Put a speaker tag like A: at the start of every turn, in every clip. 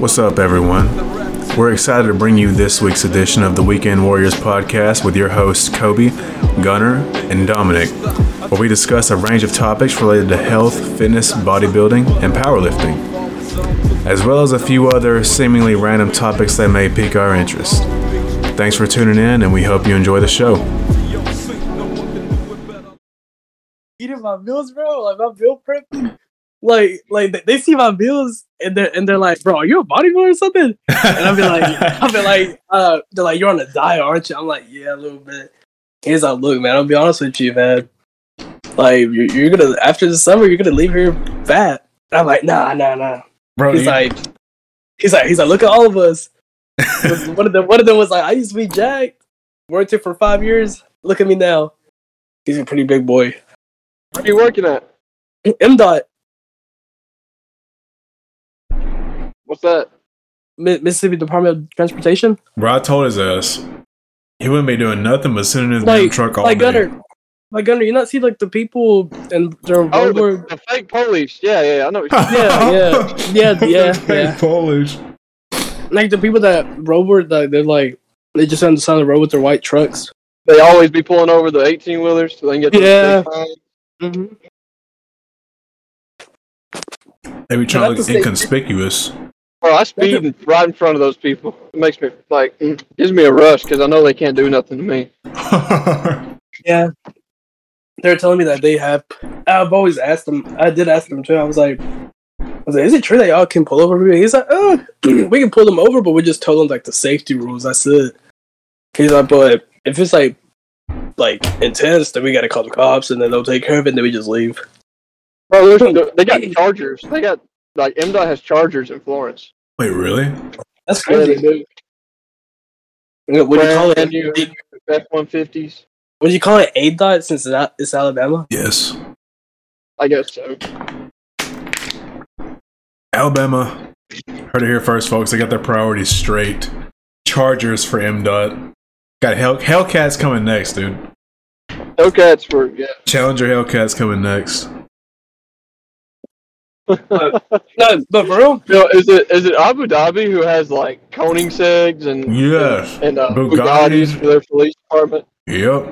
A: What's up, everyone? We're excited to bring you this week's edition of the Weekend Warriors podcast with your hosts, Kobe, Gunner, and Dominic, where we discuss a range of topics related to health, fitness, bodybuilding, and powerlifting, as well as a few other seemingly random topics that may pique our interest. Thanks for tuning in, and we hope you enjoy the show.
B: eating my meals, bro. Like my meal prepping. Like, like they- they see my meals and they're and they're like, bro, are you a bodybuilder or something? And I'll be like, I'll be like, uh, they're like, you're on a diet, aren't you? I'm like, yeah, a little bit. He's like, look, man, I'll be honest with you, man. Like, you're, you're gonna after the summer, you're gonna leave here fat. And I'm like, nah, nah, nah.
A: Bro,
B: He's like, he's like, he's like, look at all of us. one of them, one of them was like, I used to be jacked, worked here for five years. Look at me now. He's a pretty big boy.
C: What are you working at?
B: M dot.
C: What's that?
B: Mi- Mississippi Department of Transportation.
A: bro, I told his ass he wouldn't be doing nothing but sitting in his damn
B: Like,
A: truck all
B: like
A: day.
B: Gunner, like Gunner, you not see like the people and their
C: Oh,
B: World
C: the,
B: War.
C: the fake police. Yeah, yeah, I know. What
B: Yeah, yeah, yeah, yeah, yeah.
A: Polish.
B: Like the people that road war, like they're like they just on the side of the road with their white trucks.
C: you're- they always be pulling over the eighteen wheelers so they can get. the
B: Yeah.
C: big time.
B: Mm-hmm.
A: They be trying to
B: that's
A: look
B: the same-
A: inconspicuous.
C: Bro, I speed right in front of those people. It makes me like mm, gives me a rush because I know they can't do nothing to me.
B: Yeah, they're telling me that they have. I've always asked them. I did ask them too. I was like, I was like, is it true that y'all can pull over? people? He's like, oh, we can pull them over, but we just tell them like the safety rules. That's it. He's like, but if it's like like intense, then we gotta call the cops, and then they'll take care of it, and then we just leave.
C: Bro, there's, they got chargers. They got like MDOT has chargers in Florence.
A: Wait, really?
B: That's
C: Yeah,
B: crazy.
C: they do.
B: Yeah, Would you call
C: Brand new
B: it?
C: F one fifties.
B: Would you call it A dot since it's not- it's Alabama?
A: Yes.
C: I guess so.
A: Alabama. Heard it here first, folks. They got their priorities straight. Chargers for MDOT. Got Hell- Hellcats coming next, dude.
C: Hellcats were yeah.
A: Challenger Hellcats coming next.
C: Uh,
B: No, but for real,
C: You know, is it is it Abu Dhabi who has like Koenigseggs and
A: Yes.
C: and uh,
A: Bugatti.
C: Bugattis for their police department?
A: Yep.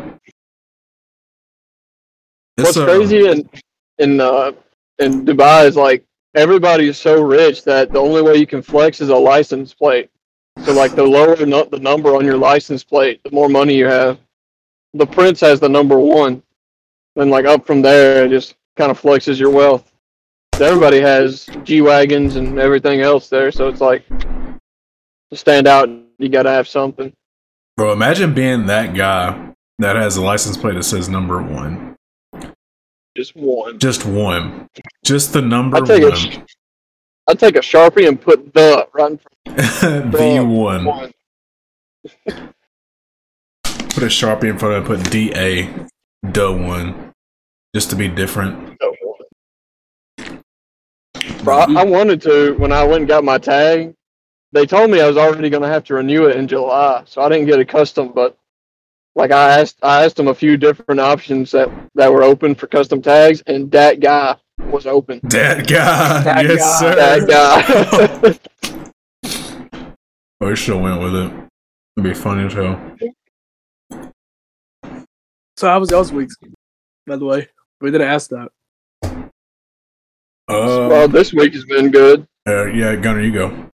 C: What's
A: It's, uh,
C: crazy in in uh, in Dubai is like everybody is so rich that the only way you can flex is a license plate. So like the lower nu- the number on your license plate, the more money you have. The prince has the number one, then like up from there, it just kind of flexes your wealth. Everybody has G wagons and everything else there, so it's like to stand out, you gotta have something.
A: Bro, imagine being that guy that has a license plate that says number one.
C: Just one.
A: Just one. Just the number
C: I take a,
A: one.
C: sh- I take a sharpie and put the right in front
A: the
C: of
A: one.
C: one.
A: put a sharpie in front of it, put D A duh one, just to be different.
C: don't want it. Bro, I, I wanted to when I went and got my tag. They told me I was already going to have to renew it in July, so I didn't get a custom. But like I asked, I asked them a few different options that that were open for custom tags, and that guy was open.
A: That guy,
B: That
A: yes
B: guy.
A: sir.
C: That guy.
A: I wish I Oh, went with it. It'd be funny as hell.
B: so how was y'all's weeks? By the way, we didn't ask that.
A: Uh,
C: well, this week has been good.
A: uh, yeah, Gunner, you go.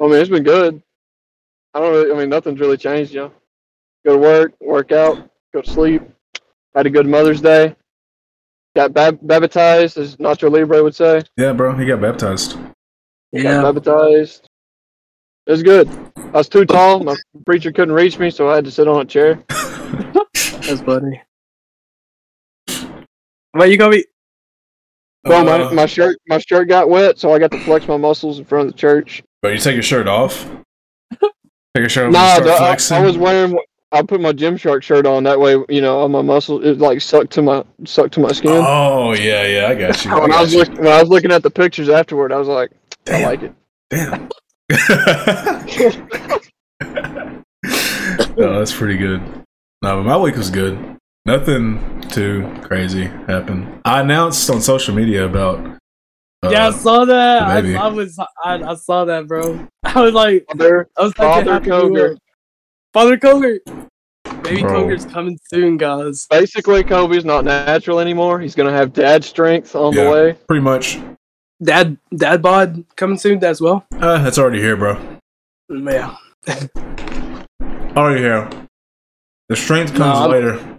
C: I mean, it's been good. I don't. Really, I mean, nothing's really changed. You know, go to work, work out, go to sleep. Had a good Mother's Day. Got bab- baptized, as Nacho Libre would say.
A: Yeah, bro, he got baptized.
C: got baptized. It was good. I was too tall. My preacher couldn't reach me, so I had to sit on a chair.
B: that's funny. But you gonna be
C: Well,
A: Uh,
C: my, my shirt my shirt got wet, so I got to flex my muscles in front of the church.
A: bro, you take your shirt off. Take your shirt off.
C: Nah,
A: and
C: duh,
A: start
C: I,
A: flexing.
C: I was wearing. I put my Gymshark shirt on. That way, you know, all my muscles it like sucked to my sucked to my skin.
A: Oh yeah, yeah, I got you. I
C: when I
A: got
C: was
A: you.
C: look, when I was looking at the pictures afterward, I was like, I like it.
A: Damn. no, that's pretty good. No, but my week was good. Nothing too crazy happened. I announced on social media about
B: yeah, I
A: Uh,
B: saw that. I,
A: maybe.
B: I was, I, I saw that, bro. I was like,
C: Father,
B: I was thinking,
C: Father
B: how can we
C: Koger.
B: win? Father Koger, baby
A: Bro.
B: Koger's coming soon, guys.
C: Basically, Kobe's not natural anymore. He's going to have dad strength on
A: Yeah.
C: the way.
A: Pretty much.
B: Dad, Dad bod coming soon as well.
A: Uh, that's already here, bro.
B: Yeah,
A: Already here. The strength comes
B: Nah, I'm-
A: later.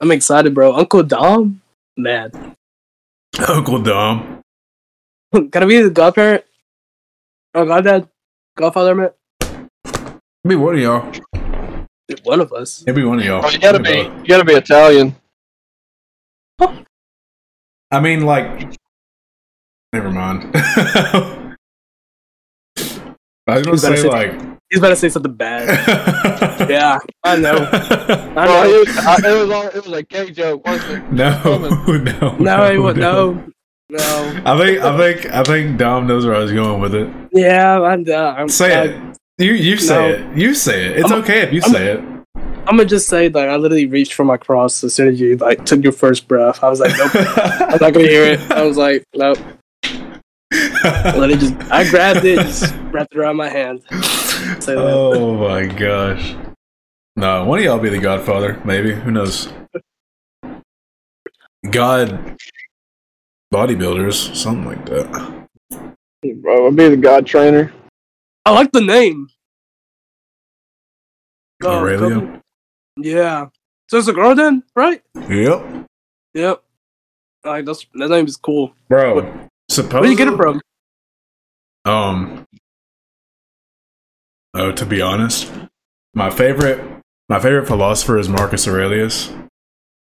B: I'm excited, bro. Uncle Dom, man,
A: Uncle Dom.
B: can I be the godparent? Oh, goddad, godfather, man.
A: It'd be one of y'all.
B: One of us.
A: It'd be one of y'all. uh,
C: Oh, you gotta be, you gotta be Italian.
A: I mean, like. Never mind. I was gonna
B: He's better
A: say
B: say-
A: like.
B: He's about to say something bad.
A: yeah.
B: yeah, I know. I
C: Well,
B: know.
C: it, was, I, it was all, it was a gay joke, wasn't it?
A: No, no,
B: No, he won't. No, no.
A: I think I think I think Dom knows where I was going with it.
B: Yeah, I'm. Uh, I'm
A: Say
B: I,
A: it. You you say it. You say it. It's
B: I'm-
A: okay if you
B: I'm-
A: say it.
B: I'm gonna just say like I literally reached for my cross as soon as you like took your first breath. I was like, nope, I'm not gonna hear it. I was like, nope. Let it just. I grabbed it, just wrapped it around my hand. Say that.
A: oh my gosh. No, one of y'all be the Godfather, maybe. Who knows? God bodybuilders, something like that.
C: Bro, I'd be the god trainer.
B: I like the name. Oh,
A: Aurelia.
B: couple- Yeah. So it's a girl then, right?
A: Yep.
B: Yep. Like that's that name is cool. What-
A: Bro. Suppose
B: Where you get it from?
A: Um. Oh, to be honest, my favorite my favorite philosopher is Marcus Aurelius,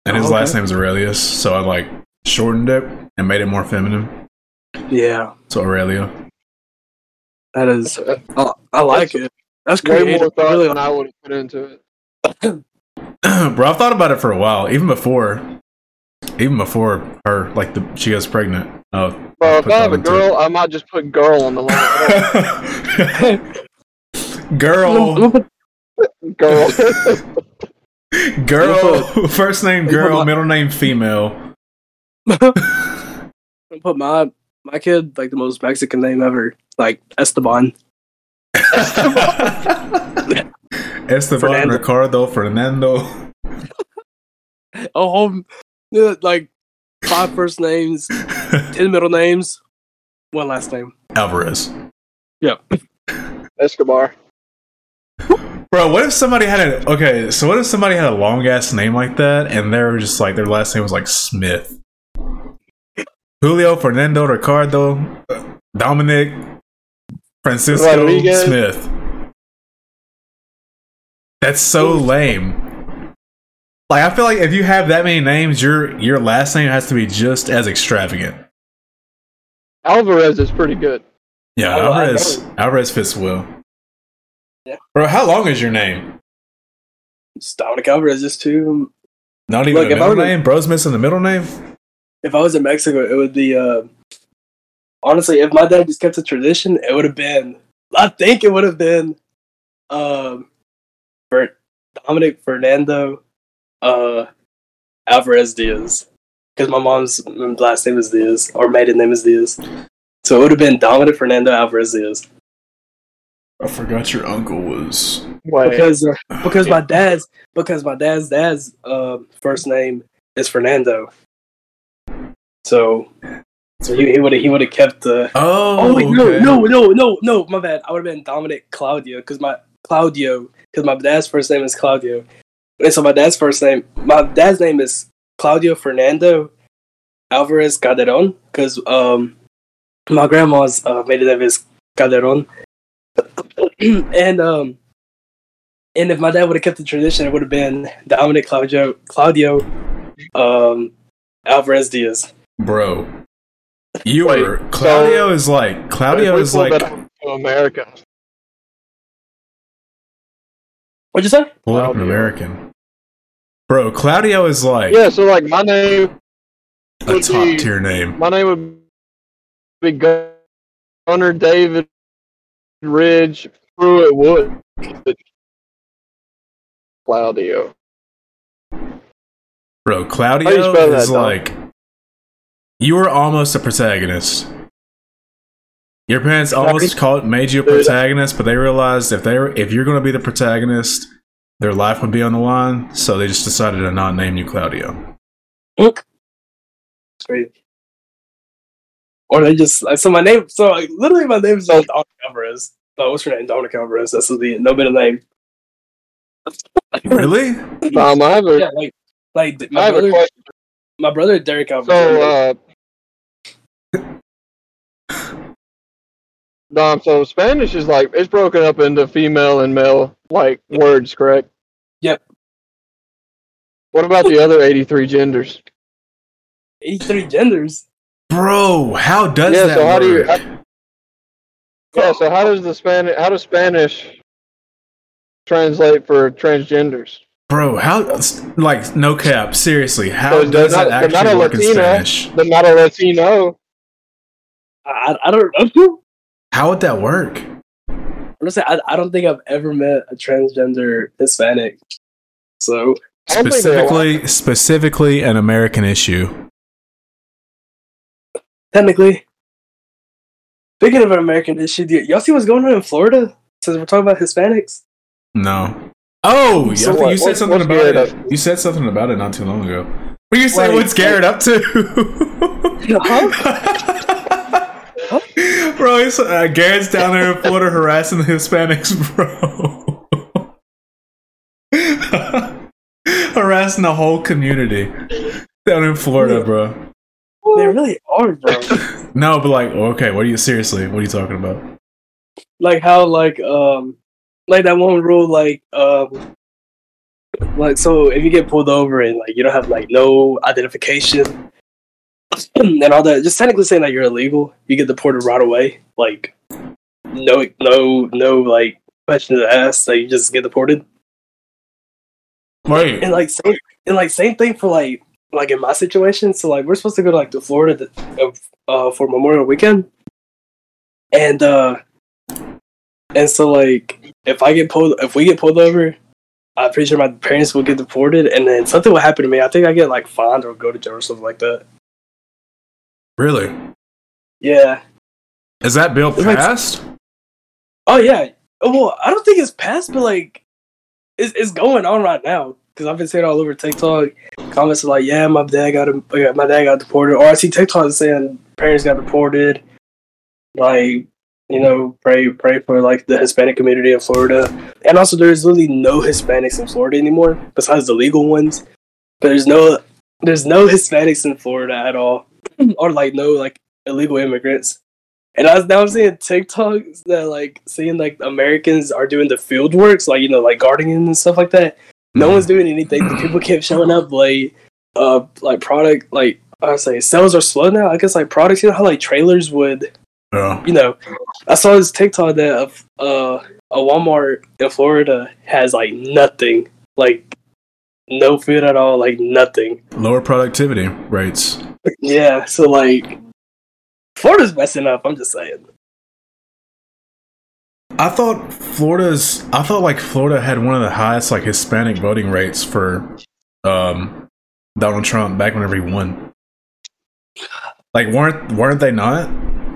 A: and his
B: Oh, okay.
A: last name is Aurelius, so I like shortened it and made it more feminine.
B: Yeah,
A: So Aurelia.
B: that
A: uh,
B: is. I, I like it. That's
C: Way more
B: creative. I
C: thought
B: really
C: than I would have put into it.
A: Bro, I've thought about it for a while, even before, even before her, like the she gets pregnant. Oh,
C: Bro, if
A: Put
C: I
A: that
C: have a
A: into
C: girl, I might just put girl on the line.
B: I'm gonna
A: girl,
B: put-
C: girl.
A: girl, first name girl, middle name female.
B: I'm gonna put my my kid like the most Mexican name ever, like Esteban.
A: Esteban
B: Fernando.
A: Ricardo Fernando.
B: a whole yeah, like five first names, ten middle names, one last name.
A: Alvarez.
C: Escobar.
A: Bro, what if somebody had a okay? So what if somebody had a long ass name like that, and they were just like their last name was like Smith, Julio, Fernando, Ricardo, Dominic, Francisco,
C: Rodriguez.
A: Smith. That's so lame. Like I feel like if you have that many names, your your last name has to be just as extravagant.
C: Alvarez is pretty good.
A: Yeah,
B: Oh, I
A: Alvarez. Alvarez fits well.
B: Yeah.
A: Bro, how long is your name?
B: Just Dominic Alvarez is too.
A: Not even
B: Look,
A: a
B: if I
A: middle
B: would've-
A: name. Bro's missing the middle name.
B: If I was in Mexico, it would be. uh Honestly, if my dad just kept the tradition, it would have been. I think it would have been, um, for Dominic Fernando, uh, Alvarez Diaz, because my mom's last name is Diaz or maiden name is Diaz, so it would have been Dominic Fernando Alvarez Diaz.
A: I forgot your uncle was.
C: Wait,
B: because uh, because my dad's because my dad's dad's um first name is Fernando. So so he, he would have he would have kept the.
A: Oh,
B: Oh wait, no
A: okay.
B: no no no no my bad. I would have been Dominic Claudio because my Claudio because my dad's first name is Claudio, and so my dad's first name my dad's name is Claudio Fernando Alvarez Calderon because um my grandma's uh, maiden name is Calderon, and um and if my dad would have kept the tradition, it would have been Dominic Claudio Claudio um Alvarez Diaz.
A: bro. You
C: Wait,
A: were Claudio is like Claudio
C: if we
A: is
C: pull
A: like
C: that out to America.
B: What'd you say?
A: Latin
C: Claudio.
A: American. Bro, Claudio is like
C: Yeah, so like my name,
A: a
C: would
A: top
C: be-
A: tier name.
C: my name would be Gunner David Ridge Pruitt Wood. Claudio.
A: Bro,
C: How you
A: Claudio
C: spell that,
A: is
C: dog?
A: like you were almost a protagonist. Your parents almost called made you a protagonist, but they realized if they were, if you're going to be the protagonist, their life would be on the line. So they just decided to not name you Claudio.
B: It's crazy. Or they just like, so my name. So like, literally, my name is like Dominic Alvarez. No, what's your name? Dominic Alvarez. That's the no middle name.
A: Really?
C: Um, I have a,
B: Yeah, like like
C: I
B: my
C: have a
B: brother,
C: question.
B: my brother Derek Alvarez.
C: So, uh, Dom, so Spanish is like it's broken up into female and male like words, correct?
B: Yep.
C: What about the other eighty-three genders?
B: Eighty-three genders.
A: Bro, how does
C: yeah.
A: that
C: So how do you?
A: work?
C: How, yeah. So how does the Spanish? How does Spanish translate for transgenders?
A: Bro, how like no cap, seriously, how
C: So
A: does
C: they're
A: that
C: not- they're not
A: actually
C: a
A: work in
C: Latina.
A: Spanish?
C: They're not a Latino.
B: I, I I don't know.
A: How would that work?
B: I'm just saying, I, I don't think I've ever met a transgender Hispanic. So
C: I don't think they're allowed.
A: Specifically, specifically an American issue.
B: technically, speaking of an American issue, do y'all see what's going on in Florida? Since we're talking about Hispanics,
A: No. Oh, yeah,
C: So
A: I think
C: what-
A: you said
C: what-
A: something
C: what's
A: about it.
C: Garrett
A: You said something about it not too long ago. Were you saying
B: Like-
A: what's Garrett up to? bro, it's, uh, Garrett's down there in Florida harassing the Hispanics, bro. harassing the whole community down in Florida, bro.
B: they really are, bro.
A: No, but like, okay, what are you seriously? What are you talking about?
B: like how like um like that one rule like um like so if you get pulled over and like you don't have like no identification and all that just technically saying that you're illegal you get deported right away like no no no like question to ask like you just get deported
A: Wait,
B: and like same and like same thing for like like in my situation so like we're supposed to go to like to florida the, uh, for memorial weekend and uh and so like if i get pulled if we get pulled over i'm pretty sure my parents will get deported and then something will happen to me i think i get like fined or go to jail or something like that
A: really?
B: yeah
A: Is that bill
B: It makes-
A: passed?
B: oh yeah Oh, well i don't think it's past but like it's, it's going on right now because i've been seeing it all over tiktok comments are like yeah my dad got uh, my dad got deported or i see tiktok saying parents got deported like you know pray pray for like the hispanic community in florida and also there's really no hispanics in florida anymore besides the legal ones but there's no there's no hispanics in florida at all or like no like illegal immigrants and I was now I'm seeing TikToks that like seeing like Americans are doing the field works, like you know, like gardening and stuff like that. No
A: Mm.
B: one's doing anything. The people kept showing up late. Uh, like product, like I say, sales are slow now. I guess like products, you know how like trailers would,
A: Yeah.
B: you know. I saw this TikTok that a, uh, a Walmart in Florida has like nothing, like no food at all, like nothing.
A: Lower productivity rates.
B: Yeah, so like Florida's messing up. I'm just saying.
A: I thought Florida's. I thought like Florida had one of the highest like Hispanic voting rates for um, Donald Trump back whenever he won. Like weren't weren't they not?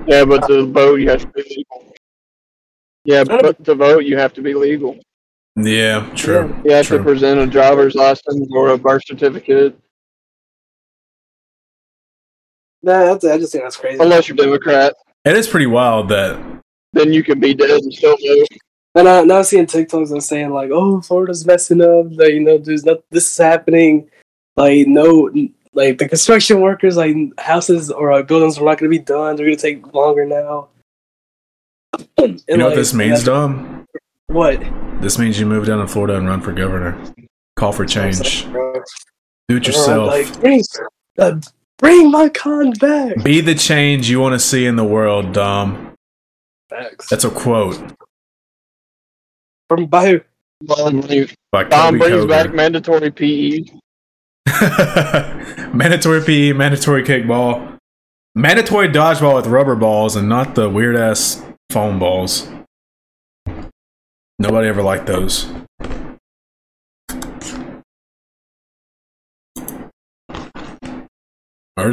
C: Yeah, but to vote you have to be legal. Yeah, but to vote you have to be legal.
A: Yeah, true.
C: You have
A: true.
C: to present a driver's license or a birth certificate,
B: Nah, that's, I just think that's crazy.
C: unless you're Democrat.
A: it is pretty wild that
C: Then you can be dead and still vote.
B: And I, now I'm seeing TikToks and saying like, "Oh, Florida's messing up. Like, you know, there's not this is happening. Like, no, like the construction workers, like houses or uh, buildings are not going to be done. They're going to take longer now." And,
A: you know
B: like,
A: what this means,
B: that's-
A: Dom.
B: What?
A: This means you move down to Florida and run for governor. Call for change. Do it yourself.
B: Like, bring, uh, bring my con back.
A: Be the change you want to see in the world, Dom.
B: Facts.
A: That's a quote
B: From Bayou.
C: Don brings
A: by Kobe Coger.
C: back mandatory E. PE.
A: mandatory PE, mandatory kickball, mandatory dodgeball with rubber balls, and not the weird ass foam balls. Nobody ever liked those. There's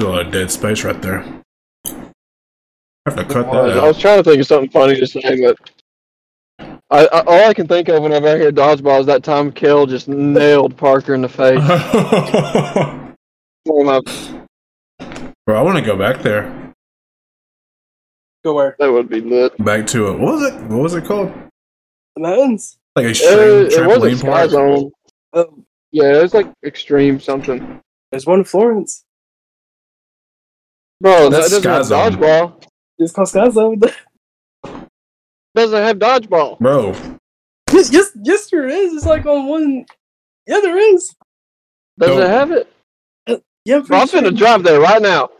A: a lot of dead space right there. I have to cut
C: I
A: that
C: was, I
A: out.
C: was trying to think of something funny to say, but I, I, all I can think of whenever I hear dodgeball is that time Kill just nailed Parker in the face.
A: Uh-huh.
C: One of my-
A: Bro, I want to go back there.
B: Go where?
C: that would be lit.
A: Back to it. What was it? What was it called?
B: The mountains.
A: Like a
C: It,
A: stream
C: it wasn't
A: trampoline
C: Sky
A: park.
C: Zone.
B: Oh,
C: Yeah, it was like extreme something.
B: there's one in Florence.
C: Bro, that
A: That's
C: doesn't
A: Sky
C: have
A: Zone.
C: dodgeball.
B: It's called Sky Zone.
C: Doesn't have dodgeball.
A: Bro,
B: yes, yes, yes, there is. It's like on one. Yeah, there is.
C: Doesn't
A: Nope.
C: have it.
B: Yeah, I'm
C: Bro, I'm
B: pretty sure.
C: finna drive there right now.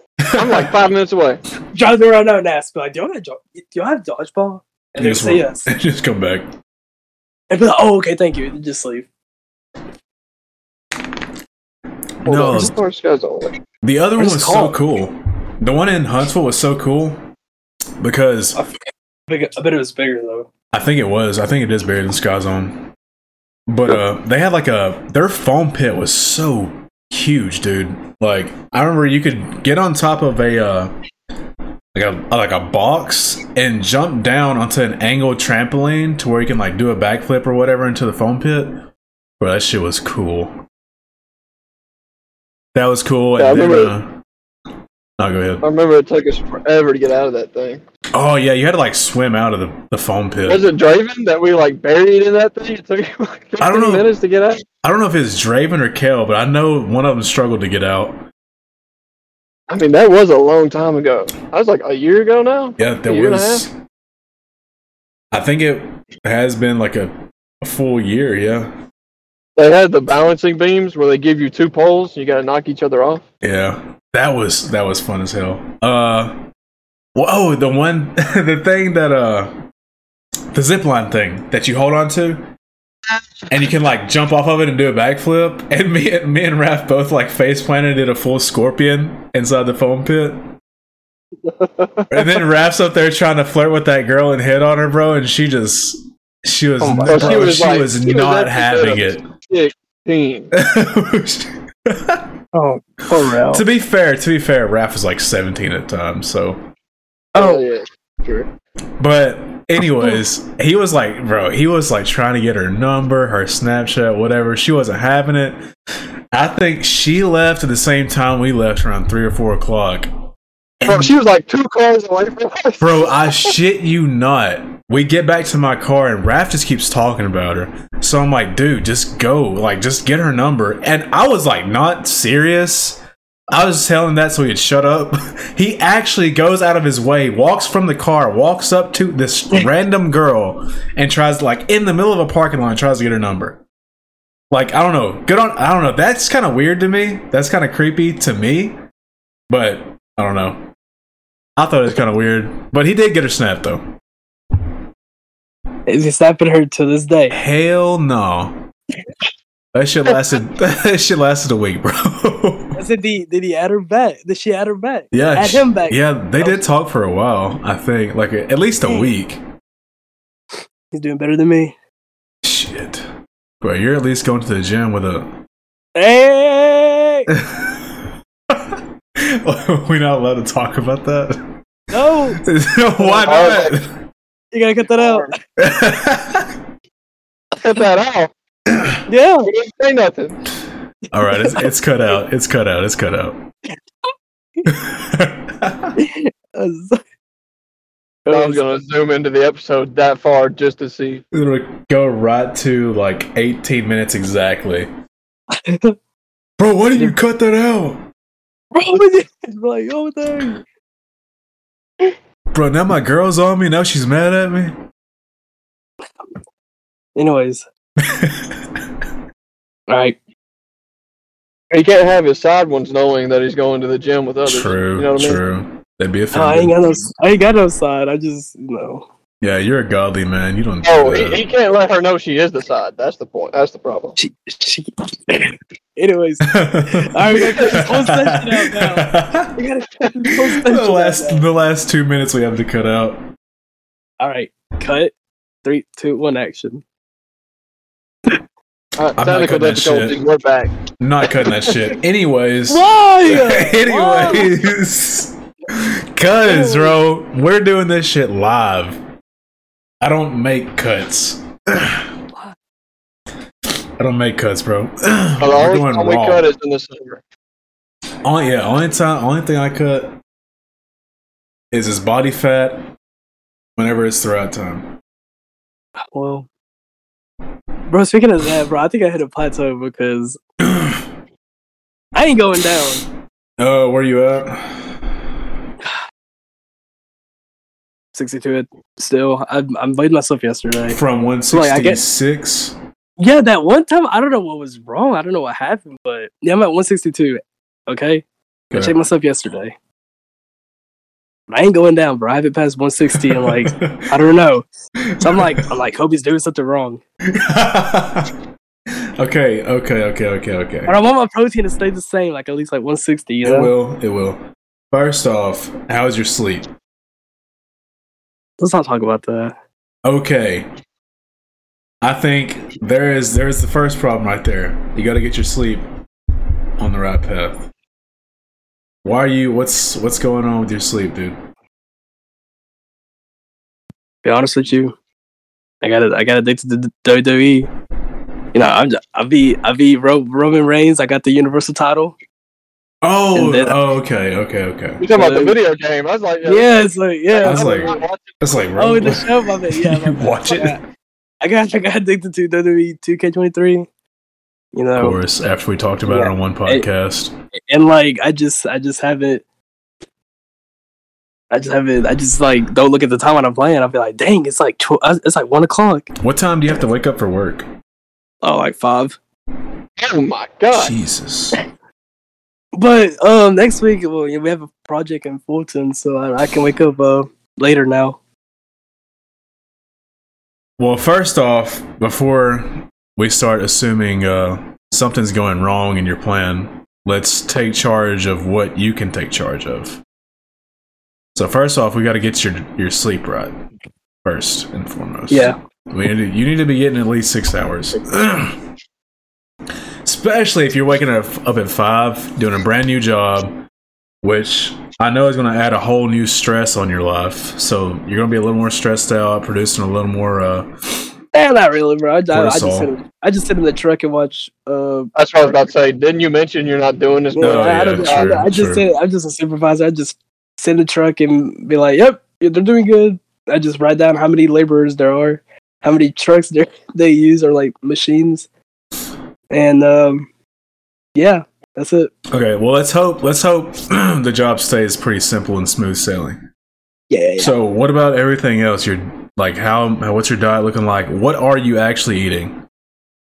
C: I'm like five minutes away.
B: driving around now and ask, be like, do y'all have, do y'all have dodgeball? And
A: You
B: they
A: just
B: say
A: run.
B: yes.
A: just come back.
B: And be like, oh, okay, thank you. And just leave.
C: Hold
A: No,
C: on. Of course, Sky Zone.
A: The other one
B: Where's
A: was
B: Carl?
A: so cool. The one in Huntsville was so cool because
B: Big, I bet it was bigger though.
A: I think it was. I think it is buried in Sky Zone. But uh, they had like a their foam pit was so huge, dude. Like I remember you could get on top of a uh, like a like a box and jump down onto an angled trampoline to where you can like do a backflip or whatever into the foam pit. Bro, that shit was cool. That was cool.
C: Yeah, I
A: and then,
C: remember-
A: uh, oh, go ahead.
C: I remember it took us forever to get out of that thing.
A: Oh yeah, you had to like swim out of the, the foam pit.
C: Was it Draven that we like buried in that thing? It took him like 15
A: I don't know.
C: minutes to get out.
A: I don't know if it's Draven or Kale, but I know one of them struggled to get out.
C: I mean, that was a long time ago. I was like a year ago now.
A: Yeah, there
C: Year and a
A: was. I think it has been like a, a full year. Yeah,
C: They had the balancing beams where they give you two poles. You got to knock each other off.
A: yeah, that was that was fun as hell. Uh, whoa, the one, the thing that uh, the zip line thing that you hold on to, and you can like jump off of it and do a backflip. And me and me and Raph both like face planted did a full scorpion inside the foam pit. and then Raph's up there trying to flirt with that girl and hit on her, bro, and she just she was
C: Oh my-
A: bro,
C: she
A: she was,
C: was like- she was
A: not
C: at the
A: having
C: Team.
A: it.
B: Oh, Corral.
A: to be fair, to be fair, Raph was like 17 at times, so
C: Oh
B: Oh,
C: yeah, sure.
A: but anyways, he was like, bro, he was like trying to get her number, her Snapchat, whatever. She wasn't having it. I think she left at the same time we left around three or four o'clock.
C: Bro, she was like two cars away from us.
A: Bro, I shit you not. We get back to my car and Raph just keeps talking about her. So I'm like, dude, just go. Like, just get her number. And I was like, not serious. I was telling that so he'd shut up. He actually goes out of his way, walks from the car, walks up to this random girl, and tries to, like in the middle of a parking lot, tries to get her number. Like, I don't know. Good on I don't know. That's kind of weird to me. That's kind of creepy to me. But I don't know. I thought it was kind of weird, but he did get her snap though.
B: it's snapping her to this day.
A: Hell no. That shit lasted. that shit lasted a week, bro.
B: I said, did, did he add her back? Did she add her back?
A: yeah,
B: Add
A: sh-
B: him back. Oh.
A: Yeah, they did talk for a while. I think, like at least a
B: Dang.
A: week.
B: He's doing better than me.
A: Shit, bro, you're at least going to the gym with a.
B: Hey,
A: We're not allowed to talk about that.
B: no,
A: Why not?
B: you gotta cut that out.
C: Cut that out.
B: Yeah,
C: We didn't say nothing.
A: All right, it's, it's cut out. It's cut out. It's cut out.
B: That's-
C: I was gonna zoom into the episode that far just to see.
A: It'll go right to like 18 minutes exactly. Bro, why did you cut that out?
B: bro. what the- Like, oh, what the heck?
A: Bro, now my girl's on me. Now she's mad at me.
B: Anyways, all right.
C: He can't have his side ones knowing that he's going to the gym with others.
A: true,
C: You know what I mean?
A: true. That'd be
B: No, I
A: offended.
B: ain't got no, I ain't got no side. I just you know.
A: yeah, you're a godly man. You don't. Do
C: Oh,
A: that.
C: he, he can't let her know she is the side. That's the point. That's the problem.
B: She, she. Anyways, right, we gotta cut this whole section
A: out
B: we gotta cut this whole section
A: the
B: out
A: last,
B: now.
A: the last two minutes we have to cut out.
B: All right, cut. Three, two, one, action.
C: Uh,
A: not
C: technical
A: cutting that shit.
C: difficulties. We're back.
A: Not cutting that shit. Anyways.
B: Why?
A: Anyways. Cuz, bro, we're doing this shit live. I don't make cuts. I don't make cuts, bro.
C: The
A: we're
C: only
A: doing
C: time Oh, we
A: raw.
C: cut is in the summer.
A: Only yeah, only time, only thing I cut is his body fat whenever it's throughout time.
B: Well, bro, speaking of that, bro, I think I hit a plateau because I ain't going down.
A: Oh, where you at?
B: 62 it still. I, I played myself yesterday.
A: From one
B: Like, I
A: sixty
B: get-
A: six.
B: Yeah, that one time, I don't know what was wrong. I don't know what happened, but yeah, I'm at 162. Okay? I checked myself yesterday. I ain't going down, bro. I haven't passed 160 in like, I don't know. So I'm like, I'm like, Kobe's doing something wrong.
A: okay, okay, okay, okay, okay.
B: But I want my protein to stay the same, like at least like 160, you
A: It
B: know?
A: will. It will. First off, how's your sleep?
B: Let's not talk about that.
A: Okay. I think there is there's the first problem right there. You got to get your sleep on the right path. Why are you? What's what's going on with your sleep, dude?
B: Be honest with you. I got I got addicted to the WWE. You know, I'm just, I be I be Ro- Roman Reigns. I got the Universal title.
A: Oh,
B: And then-
A: oh, okay, okay, okay.
C: You talking about the
B: Uh,
C: video game? I was like,
B: Yeah,
C: yeah.
B: it's like yeah.
A: I was
B: I'm
A: like,
C: I'm watching-
A: That's like
B: oh,
A: bro,
B: in the show, my man. Yeah, my
A: you
B: bad.
A: watch it,
B: I got- I got I got addicted to E WWE 2K23. You
A: of
B: know,
A: course. After we talked about it on one
B: It-
A: podcast,
B: and like I just I just haven't I just haven't I just like don't look at the time when I'm playing. I'll be like, dang, it's like tw- uh, it's like one o'clock.
A: what time do you have to wake up for work?
B: Oh, like five.
C: Oh my
B: Uh,
C: god!
A: Jesus.
B: But um, next week well, yeah, we have a project in Fulton, so I, I can wake up uh later now.
A: Well, first off, before we start assuming uh, something's going wrong in your plan, let's take charge of what you can take charge of. So, first off, we got to get your your sleep right first and foremost.
B: Yeah,
A: we need to, you need to be getting at least six hours, especially if you're waking up up at five, doing a brand new job, which I know is going to add a whole new stress on your life. So you're going to be a little more stressed out, producing a little more. Uh,
B: eh, not really, bro. I, I, I
A: Cortisol.
B: just sit in, I just sit in the truck and watch. Uh,
C: That's what I was about to say. Didn't you mention you're not doing this?
B: yeah,
A: Oh,
C: much?
B: I, I don't,
A: yeah,
B: I,
A: true,
B: I just
A: true.
B: sit, I'm just a supervisor. I just sit in the truck and be like, "Yep, yeah, they're doing good." I just write down how many laborers there are, how many trucks they they use, or like machines, and um, yeah, that's it.
A: okay, well let's hope let's hope the job stays pretty simple and smooth sailing.
B: Yeah, yeah, yeah.
A: So, what about everything else? You're like, how? What's your diet looking like? What are you actually eating?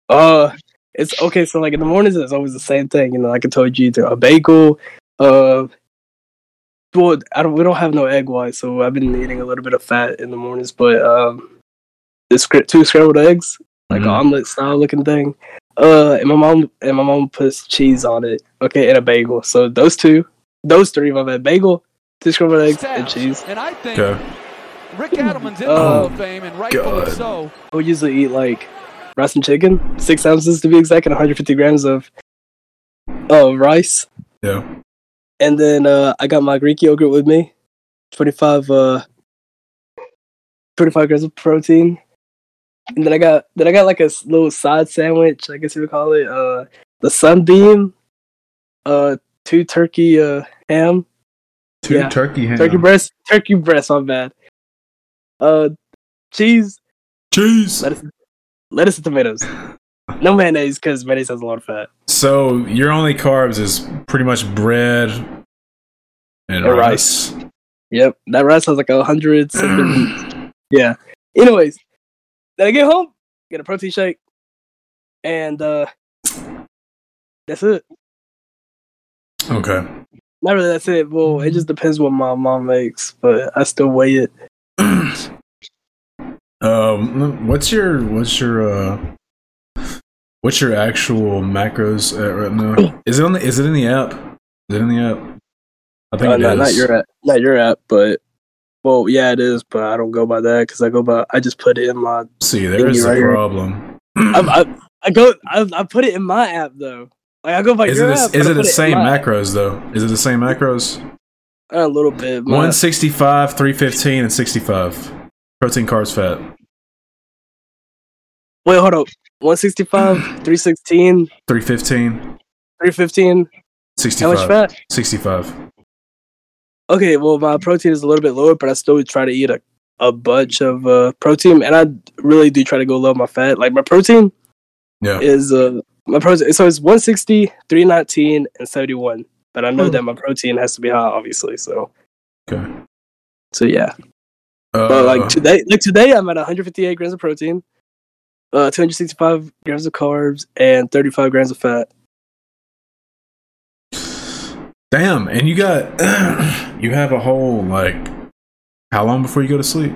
B: Uh, it's okay. So like in the mornings, it's always the same thing. You know, like I told you, either a bagel. Uh, well, I don't. We don't have no egg white, so I've been eating a little bit of fat in the mornings. But um, the scr- two scrambled eggs, like an
A: Mhm.
B: omelet style looking thing. Uh, and my mom and my mom puts cheese on it. Okay, and a bagel. So those two, those three, my bad. Bagel, two scrambled eggs, and cheese.
D: And I think
A: Okay.
D: Rick Adelman's in the
B: Oh,
D: Hall of Fame, and rightfully
A: God.
D: so.
B: I would usually eat like rice and chicken, six ounces to be exact, and 150 grams of uh, rice.
A: Yeah.
B: And then uh, I got my Greek yogurt with me, 25, uh, 25 grams of protein. And then I got then I got like a s- little side sandwich, I guess you would call it, uh, the sunbeam, uh, two turkey uh, ham,
A: Two
B: Yeah.
A: turkey ham.
B: turkey breast, turkey breast, my bad. Uh, cheese,
A: Cheese.
B: lettuce, lettuce and tomatoes. No mayonnaise because mayonnaise has a lot of fat.
A: So your only carbs is pretty much bread and,
B: And
A: rice.
B: Yep, that rice has like a hundred something Yeah. Anyways, then I get home, get a protein shake, and uh that's it.
A: okay.
B: Not really that's it. Well, it just depends what my mom makes, but I still weigh it.
A: um, what's your what's your uh, what's your actual macros at right now? Is it on the is it in the app? Is it in the app? I think
B: Uh,
A: it
B: not, not
A: is.
B: your app, not your app, but well, yeah, it is. But I don't go by that because I go by I just put it in my
A: See, there's
B: You're
A: the
B: right here.
A: problem.
B: I I, I go I, I put it in my app though. Like I go by
A: Is it
B: oh, your
A: the-
B: app. but
A: is
B: I
A: it the
B: put in
A: same
B: my app.
A: macros though? Is it the same macros?
B: a little bit. My,
A: 165, 315, and 65. Protein, carbs, fat.
B: wait, hold up. 165, 316,
A: 315,
B: 315. How
A: 65.
B: much fat?
A: 65.
B: Okay, well, my protein is a little bit lower, but I still would try to eat a, a bunch of uh, protein, and I really do try to go low on my fat. Like my protein
A: Yeah.
B: is uh my protein. So it's 160, 319, and 71. But I
A: Hmm.
B: know that my protein has to be high, obviously. So
A: Okay.
B: so yeah.
A: Uh,
B: But like today, like today, I'm at 158 grams of protein, uh, 265 grams of carbs, and 35 grams of fat.
A: damn, and you got you have a whole like how long before you go to sleep?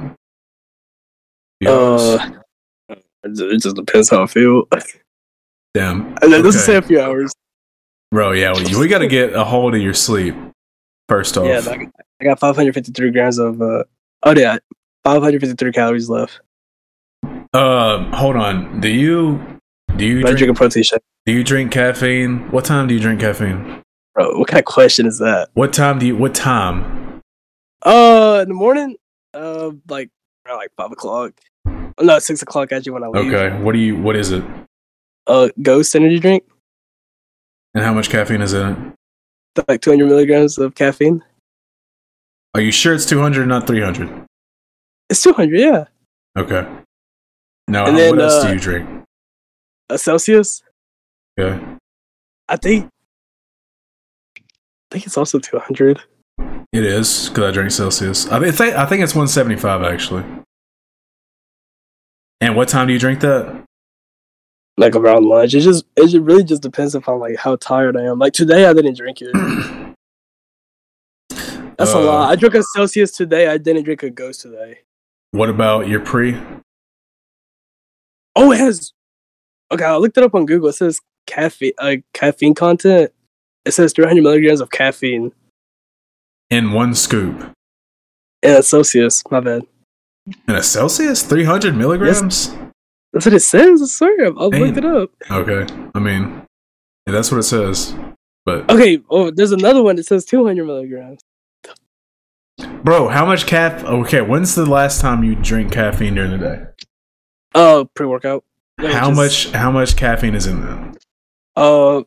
A: Yeah.
B: Uh, it ju- it just depends how I feel.
A: damn.
B: and then this is
A: Okay.
B: say a few hours.
A: Bro, yeah, we, we got to get a hold of your sleep first off.
B: Yeah, but I got, I got 553 grams of. Uh, oh yeah, 553 calories left.
A: Uh, hold on. Do you do you
B: But I
A: drink,
B: drink a protein shake.
A: do you drink caffeine? What time do you drink caffeine?
B: Bro, what kind of question is that?
A: What time do you what time?
B: Uh, in the morning, uh, like around like five o'clock. Oh, No, six o'clock actually when I leave.
A: Okay. What do you what is it?
B: Uh, Ghost energy drink,
A: And how much caffeine is in it?
B: like 200 milligrams of caffeine.
A: Are you sure it's 200 not 300?
B: It's 200, yeah.
A: Okay. Now,
B: And
A: how-
B: then,
A: what else
B: uh,
A: do you drink?
B: Uh, Celsius.
A: Okay.
B: I think I think it's also 200.
A: It is because I drink Celsius. I, mean, I think I think it's 175 actually. And what time do you drink that?
B: Like around lunch. It just it ju- really just depends upon like how tired I am. Like today I didn't drink it. That's a
A: Uh,
B: lot. I drank a Celsius today. I didn't drink a Ghost today.
A: What about your pre?
B: Oh, it has. Okay, I looked it up on Google. It says caffeine, uh, caffeine content. It says 300 milligrams of caffeine
A: In one scoop.
B: in a Celsius. My bad.
A: In a Celsius, 300 milligrams.
B: That's what it says. I swear. I looked it up.
A: Okay. I mean, yeah, that's what it says. But
B: Okay. Oh, there's another one that says 200 milligrams.
A: bro, how much caff? Okay, when's the last time you drink caffeine during the day?
B: Oh, pre workout.
A: How much? How much caffeine is in that?
B: Uh,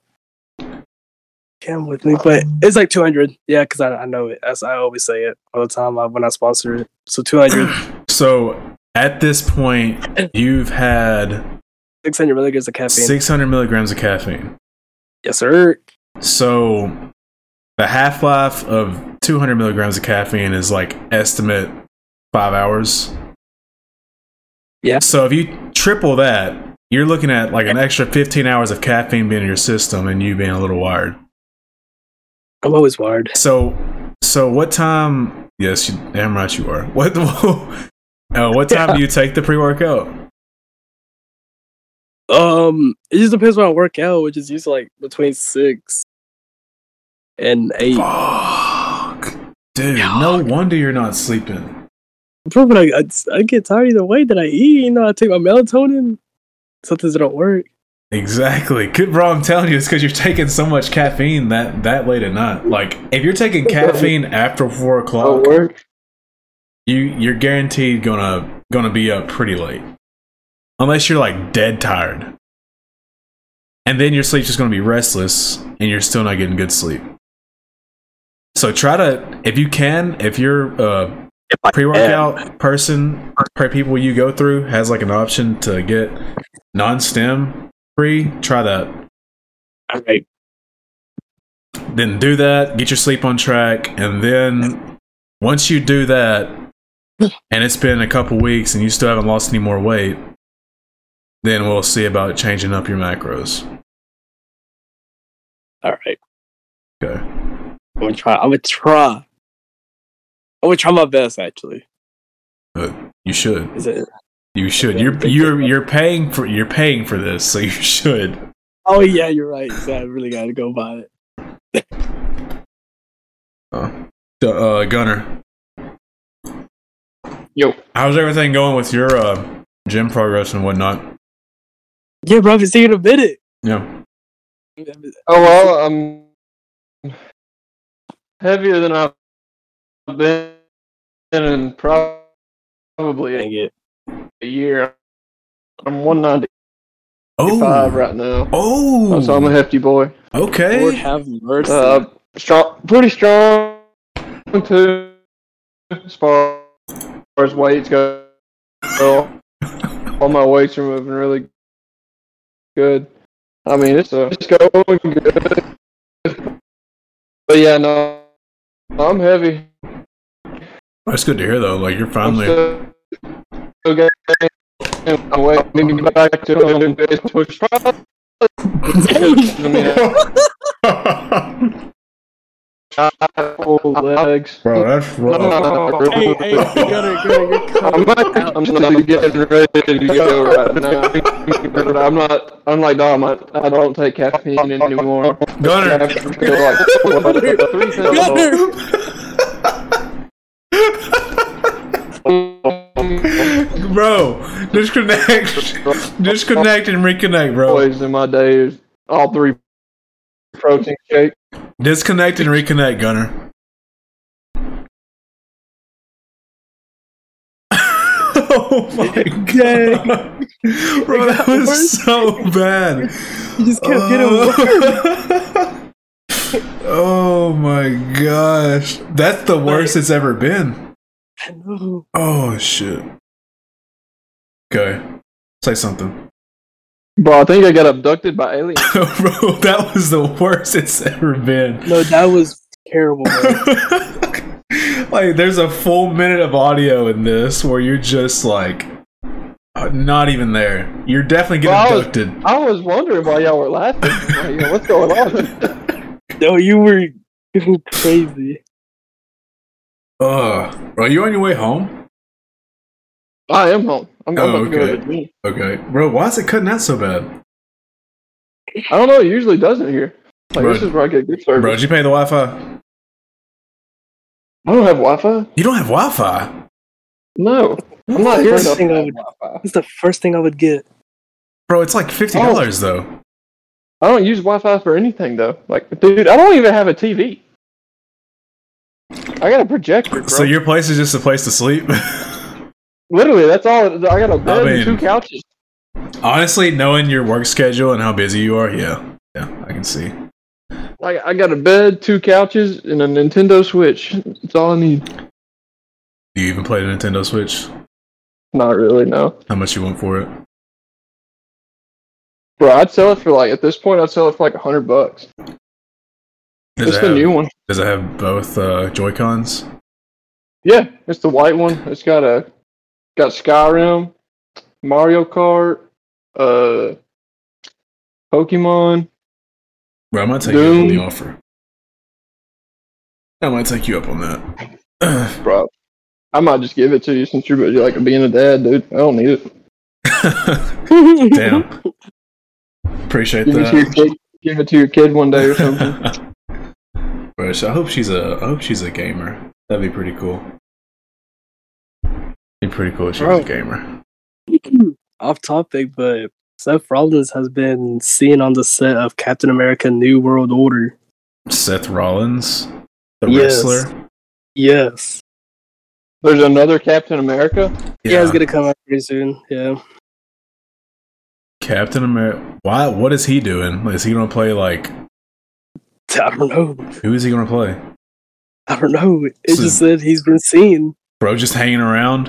B: Cam with me, but it's like 200. Yeah, because I, I know it. As I always say it all the time uh, when I sponsor it. So 200,
A: So at this point, you've had
B: 600 milligrams of caffeine.
A: 600 milligrams of caffeine.
B: yes, sir.
A: So the half life of 200 milligrams of caffeine is like estimate five hours.
B: Yeah.
A: So if you triple that, you're looking at like an extra 15 hours of caffeine being in your system and you being a little wired.
B: I'm always wired.
A: So, so what time? Yes, you, damn right you are. What? uh, what time do you take the pre workout?
B: Um, it just depends when I work out, which is usually like between six and eight.
A: Fuck, dude. No wonder you're not sleeping.
B: Bro, but I, I, I get tired either way that I eat. You know, I take my melatonin. Sometimes it don't work.
A: Exactly. Good, bro. I'm telling you, it's because you're taking so much caffeine that that late at night. Like, if you're taking caffeine after four
C: Don't
A: o'clock,
C: Oh, work.
A: you you're guaranteed gonna gonna be up pretty late, unless you're like dead tired. And then your sleep's just gonna be restless, and you're still not getting good sleep. So try to, if you can, if you're a pre-workout person, pre people you go through has like an option to get non-stem free, try that
B: All right.
A: then do that, get your sleep on track, and then once you do that, and it's been a couple weeks and you still haven't lost any more weight, then we'll see about changing up your macros.
B: All right.
A: Okay.
B: I'm gonna try. I would try. I would try my best, actually.
A: But you should.
B: Is it?
A: You should. You're you're you're paying for you're paying for this, so you should.
B: Oh yeah, you're right. So I really gotta go buy it.
A: Uh, uh, Gunner,
C: Yo,
A: how's everything going with your uh, gym progress and whatnot?
B: Yeah, bro, I've been seeing it a minute.
A: Yeah.
C: Oh well, I'm um, heavier than I I've been in probably
B: it.
C: a year. I'm 195
A: Oh,
C: right now, so I'm a
A: oh,
C: hefty boy.
B: Lord
A: okay.
B: have mercy.
C: Uh, strong, pretty strong too, as far as weights go. So, all my weights are moving really good. I mean, it's, uh, it's going good. But yeah, no, I'm heavy.
A: That's good to hear though. Like you're
C: I'm
A: finally
C: still, still getting my weight back to it, which probably- I mean,
A: Bro,
C: I have full legs.
A: that's
B: hey, hey, Gunner, Gunner, you're
C: I'm
B: coming
C: not. I'm just getting ready to go right now. But I'm not. Unlike Dom, I, I don't take caffeine anymore. I
A: Gunner.
C: have to feel like what, three pills.
B: Gunner,
A: Bro, disconnect. Disconnect and reconnect, bro.
C: Always in my days, all three protein shake.
A: Disconnect and reconnect, Gunner. oh my god. Bro, that was so bad.
B: you just kept getting worse.
A: Oh. oh my gosh. That's the worst it's ever been.
B: I know.
A: Oh shit. Okay. Say something.
C: Bro, I think I got abducted by aliens.
A: Bro, that was the worst it's ever been.
B: No, that was terrible. bro.
A: like there's a full minute of audio in this where you're just like uh, not even there. You're definitely getting
C: Well, I was-
A: abducted.
C: I was wondering why y'all were laughing. Like, yo, what's going on?
B: no, you were you were crazy.
A: Ugh. Are you on your way home?
C: I am home. I'm, I'm
A: Oh,
C: about to go to
A: okay.
C: the gym.
A: Okay. Bro, why is it cutting out so bad?
C: I don't know. It usually doesn't here. Like
A: Bro.
C: this is where I get good service.
A: Bro, did you pay the Wi Fi?
C: I don't have Wi-Fi.
A: You don't have Wi Fi?
C: No, I'm not here
B: First
C: enough.
B: thing
C: to
B: I
C: have
B: would-
C: Wi-Fi.
B: That's the first thing I would get.
A: Bro, it's like fifty
C: Oh.
A: dollars though.
C: I don't use Wi-Fi for anything though. Like, dude, I don't even have a TV. I got a projector, bro.
A: So your place is just a place to sleep?
C: Literally, that's all. I got a bed
A: mean-
C: and two couches.
A: Honestly, knowing your work schedule and how busy you are, yeah. Yeah, I can see.
C: Like, I got a bed, two couches, and a Nintendo Switch. It's all I need.
A: Do you even play the Nintendo Switch?
C: Not really, no.
A: How much you want for it?
C: Bro, I'd sell it for like at this point, I'd sell it for like a hundred bucks.
A: Does
C: it's
A: it
C: the
A: have-
C: new one.
A: Does it have both uh, Joy Cons?
C: Yeah, it's the white one. It's got a got Skyrim, Mario Kart, uh, Pokemon.
A: Bro, I might take you up on
C: Doom.
A: the offer. I might take you up on that.
C: Bro, I might just give it to you since you're busy, like being a dad, dude. I don't need it.
A: Damn. Appreciate
C: Give it to your
A: that.
C: kid. Give it to your kid one day or something.
A: Bro, so I hope she's a I hope she's a gamer. That'd be pretty cool. Be pretty cool if she was a
B: Bro.
A: gamer.
B: Off topic, but Seth Rollins has been seen on the set of Captain America: New World Order.
A: Seth Rollins, the
B: Yes.
A: wrestler.
B: Yes.
C: There's another Captain America.
B: Yeah, it's gonna come out pretty soon. Yeah.
A: Captain America. Why? What is he doing? Is he gonna play like?
B: I don't know.
A: Who is he gonna play?
B: I don't know. It
A: So-
B: just said he's been seen.
A: Bro, just hanging around.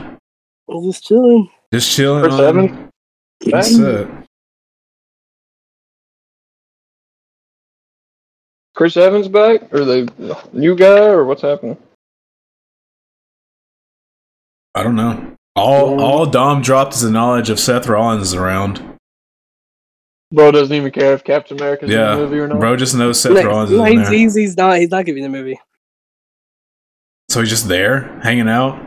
B: I'm just chilling.
A: Just chilling.
C: For
A: on-
C: seven?
A: That's it.
C: Chris Evans back, or the new guy, or what's happening?
A: I don't know. All all Dom dropped is the knowledge of Seth Rollins is around.
C: Bro doesn't even care if Captain America's
A: yeah,
C: in the movie or not.
A: bro just knows Seth
B: Like,
A: Rollins is
B: no,
A: in
B: he's,
A: there.
B: he's, he's not. He's not gonna be in the movie.
A: So he's just there, hanging out.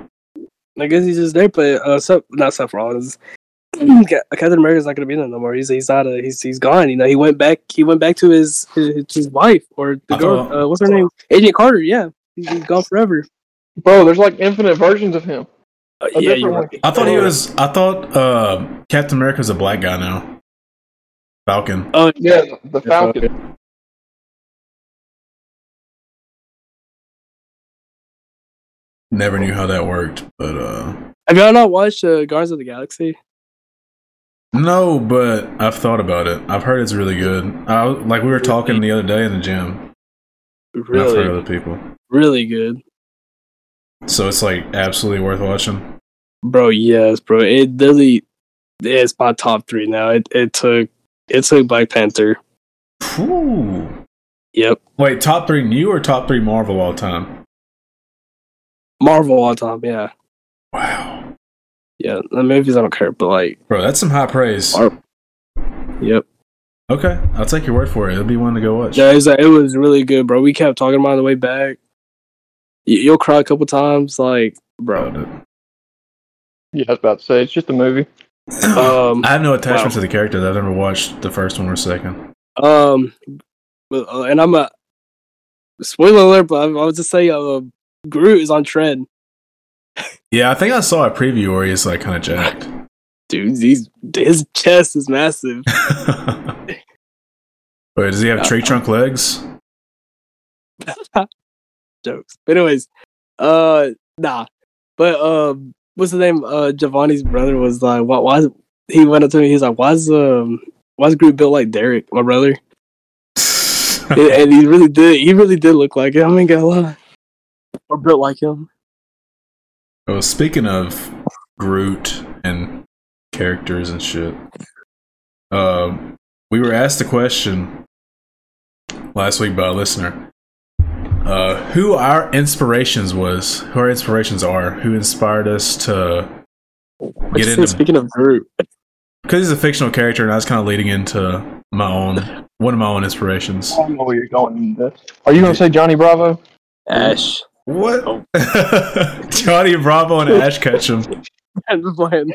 B: I guess he's just there, but uh, Seth, not Seth Rollins. Ca- Captain America's not gonna be in it no more. He's he's out of he's he's gone. You know, he went back. He went back to his his, his wife or the
A: I
B: girl.
A: thought-
B: Uh, what's her name? Agent Carter. Yeah, he's, he's gone forever.
C: Bro, there's like infinite versions of him.
B: Uh,
C: A
B: yeah,
C: different
B: you're
C: one.
B: right.
A: I thought he was. I thought uh, Captain America's a black guy now. Falcon.
B: Oh,
C: Yeah, the Falcon.
A: Never knew how that worked, but uh
B: Have y'all not watched uh, Guardians of the Galaxy?
A: no, but I've thought about it. I've heard it's really good. I, like we were talking the other day in the gym. and I've heard
B: Really,
A: other people.
B: really good,
A: So it's like absolutely worth watching.
B: bro. Yes, bro. It really it's my top three now. It it took it took Black Panther.
A: Ooh.
B: Yep,
A: Wait, top three new or top three Marvel all time?
B: Marvel on top. Yeah,
A: Wow.
B: yeah. The movies I don't care, but like,
A: Bro, that's some high praise.
B: Marvel. yep.
A: Okay, I'll take your word for it. It'll be one to go watch.
B: Yeah, it was, it was really good, bro. We kept talking about it on the way back. You, you'll cry a couple times, like, bro.
A: Bro,
C: Yeah, I was about to say it's just a movie.
B: Um,
A: I have no attachment
B: wow.
A: to the characters. I've never watched the first one or second.
B: um, but, uh, and I'm a spoiler alert, but I, I was just saying, uh, Groot is on trend,
A: Yeah, I think I saw a preview where he's like kind of jacked.
B: dude. He's, his chest is massive.
A: Wait, does he
B: Uh,
A: have tree trunk legs?
B: Jokes, but anyways, uh, nah. But um, what's the name? Uh, Giovanni's brother was like, why? Why? Is, he went up to me. He's like, why's um, why's Groot built like Derek, my brother? and, and he really did. He really did look like him. I ain't gonna lie. Or built like him.
A: well, speaking of Groot and characters and shit, um, we were asked a question last week by a listener. Uh, who our inspirations was, who our inspirations are, who inspired us to
B: But
A: Get
B: you
A: into-
B: said, speaking of Groot,
A: because he's a fictional character, and I was kind of leading into my own one of my own inspirations.
C: I don't know where you're going. with this. Are you going to say Johnny Bravo?
B: Ash.
A: What? Johnny Bravo and Ash Ketchum.
B: I'm just playing.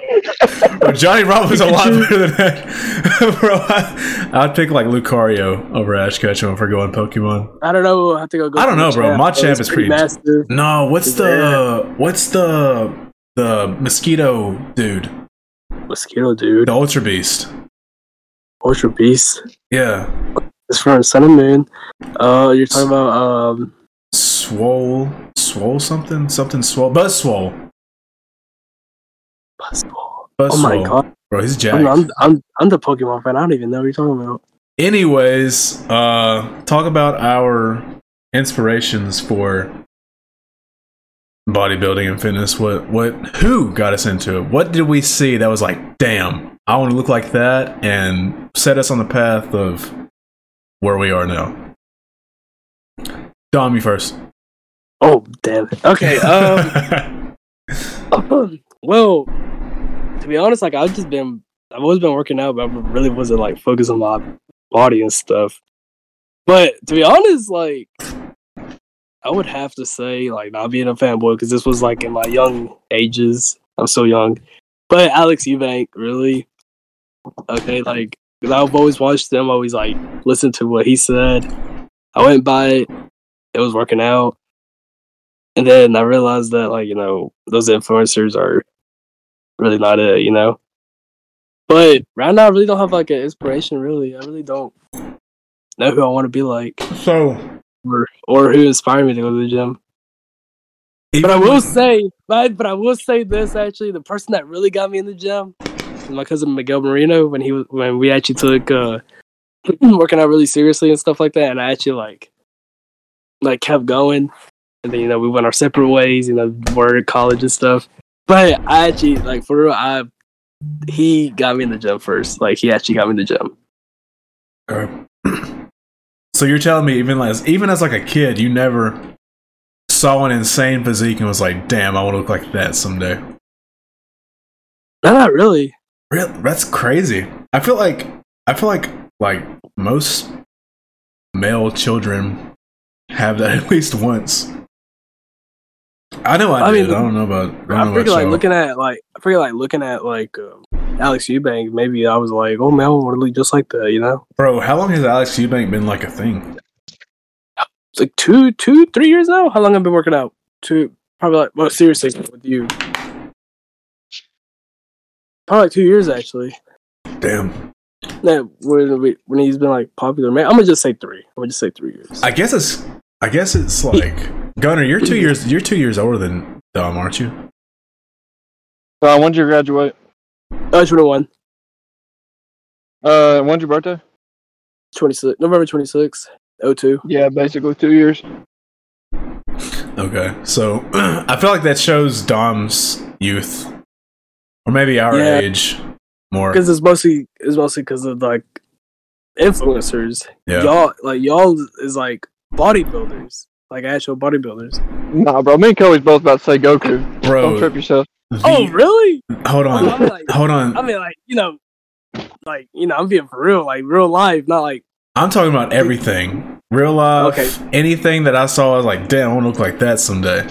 A: Bro, Johnny Bravo's a lot better than Ash. Bro, I, I'd pick like Lucario over Ash Ketchum if we're going Pokemon.
B: I don't know. I have to go. go
A: I don't
B: through
A: know,
B: the
A: bro.
B: chat,
A: Machamp
B: it's
A: is pretty-
B: massive.
A: No, what's the what's the the mosquito dude?
B: Mosquito dude,
A: The Ultra Beast.
B: Ultra Beast.
A: Yeah.
B: It's from Sun and Moon. Uh, you're talking about um,
A: Swole. Swole something? Something swole. Buzz swole.
B: Buzzball.
A: Buzz
B: Oh my
A: swole.
B: god,
A: Bro, he's jacked.
B: I'm, I'm I'm I'm the Pokemon fan. I don't even know what you're talking about.
A: anyways uh talk about our inspirations for bodybuilding and fitness what what who got us into it what did we see that was like damn i want to look like that and set us on the path of where we are now dom you first
B: Oh damn it. Okay. Um. well, to be honest, like I've just been, I've always been working out, but I really wasn't like focused on my body and stuff. But to be honest, like I would have to say, like not being a fanboy, because this was like in my young ages. I'm so young, but Alex Eubank, really, okay, like because I've always watched him, always like listened to what he said. I went by it, it was working out. And then I realized that, like, you know, those influencers are really not it, you know? But right now, I really don't have, like, an inspiration, really. I really don't know who I want to be like
A: so
B: or, or who inspired me to go to the gym. But I will say, but, but I will say this actually, the person that really got me in the gym is my cousin Miguel Marino when he was when we actually took uh working out really seriously and stuff like that, and I actually like like kept going, and then you know we went our separate ways, you know, work, college and stuff. But I actually like for real, I he got me in the gym first. Like he actually got me in the gym.
A: so you're telling me even as even as like a kid, you never saw an insane physique and was like, "Damn, I want to look like that someday."
B: No, not really.
A: Really? That's crazy. I feel like I feel like like most male children have that at least once. I know I,
B: I
A: did.
B: mean,
A: I don't know about. I, don't
B: I
A: know
B: figure
A: about
B: like
A: y'all.
B: looking at like I figure like looking at like um, Alex Eubank. Maybe I was like, oh man, I want to look just like that, you know?
A: Bro, how long has Alex Eubank been like a thing?
B: It's like two, two, three years now. How long I've been working out? Two, probably like well, seriously with you, probably like two years actually.
A: Damn.
B: No, when we when he's been like popular, man, I'm gonna just say three. I'm gonna just say three years.
A: I guess it's. I guess it's like Gunner. You're two years. You're two years older than Dom, aren't you?
C: Uh, when'd you graduate?
B: I should have won.
C: Uh, when's your birthday?
B: 26, November oh 26th, 02.
C: Yeah, basically two years.
A: Okay, so I feel like that shows Dom's youth, or maybe our
B: Yeah.
A: age more.
B: Because it's mostly it's mostly because of like influencers.
A: Yeah,
B: Y'all like y'all is like bodybuilders, like actual bodybuilders.
C: Nah, bro. Me and Cody's both about to say Goku. Don't
A: bro.
C: trip yourself.
A: the-
B: Oh really?
A: hold on,
B: Like, I'm like-
A: hold on.
B: I mean, like you know, like you know, I'm being for real, like real life, not like
A: I'm talking about everything. Real life.
B: Okay.
A: Anything that I saw, I was like, damn, I want to look like that someday.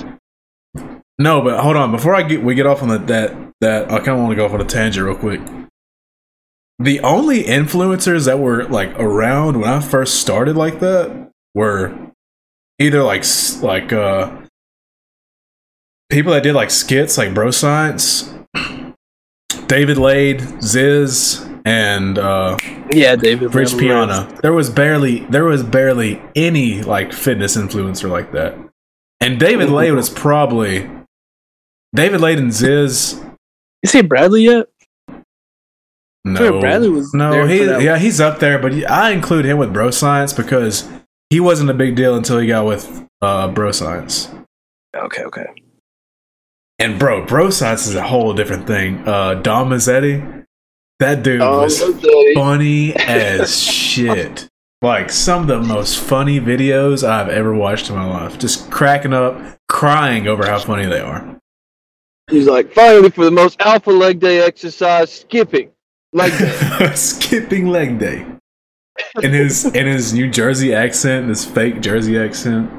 A: No, but hold on. Before I get we get off on the, that that I kind of want to go off on a tangent real quick. The only influencers that were like around when I first started like that were either like s- like uh people that did like skits like Bro Science, David Lade, Ziz, and uh
B: yeah, David
A: Rich Piana. There was barely there was barely any like fitness influencer like that. And David Lade was probably David Lade and Ziz.
B: You see Bradley yet? I
A: No,
B: swear Bradley was
A: no,
B: there for
A: he
B: that
A: yeah he's up there, but I include him with Bro Science because he wasn't a big deal until he got with uh, Bro Science.
B: Okay, okay.
A: And bro, Bro Science is a whole different thing. Uh, Dom Mazzetti, that dude
C: Oh,
A: was
C: okay.
A: funny as shit. Like some of the most funny videos I've ever watched in my life. Just cracking up, crying over how funny they are.
C: He's like, finally for the most alpha leg day exercise, skipping. Like,
A: Skipping leg day. In his in his New Jersey accent, this fake Jersey accent.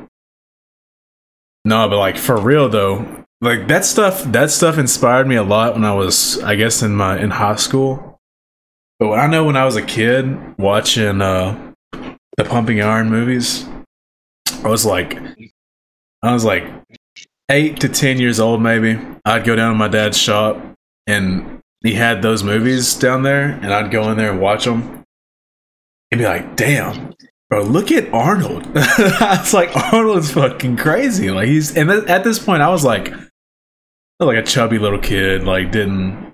A: No, but like for real though, like that stuff that stuff inspired me a lot when I was I guess in my in high school. But I know when I was a kid watching uh the Pumping Iron movies, I was like I was like eight to ten years old maybe. I'd go down to my dad's shop and he had those movies down there, and I'd go in there and watch them and be like, damn, bro, look at Arnold. it's like, Arnold's fucking crazy. Like, he's, and th- at this point, I was like, I was like a chubby little kid, like, didn't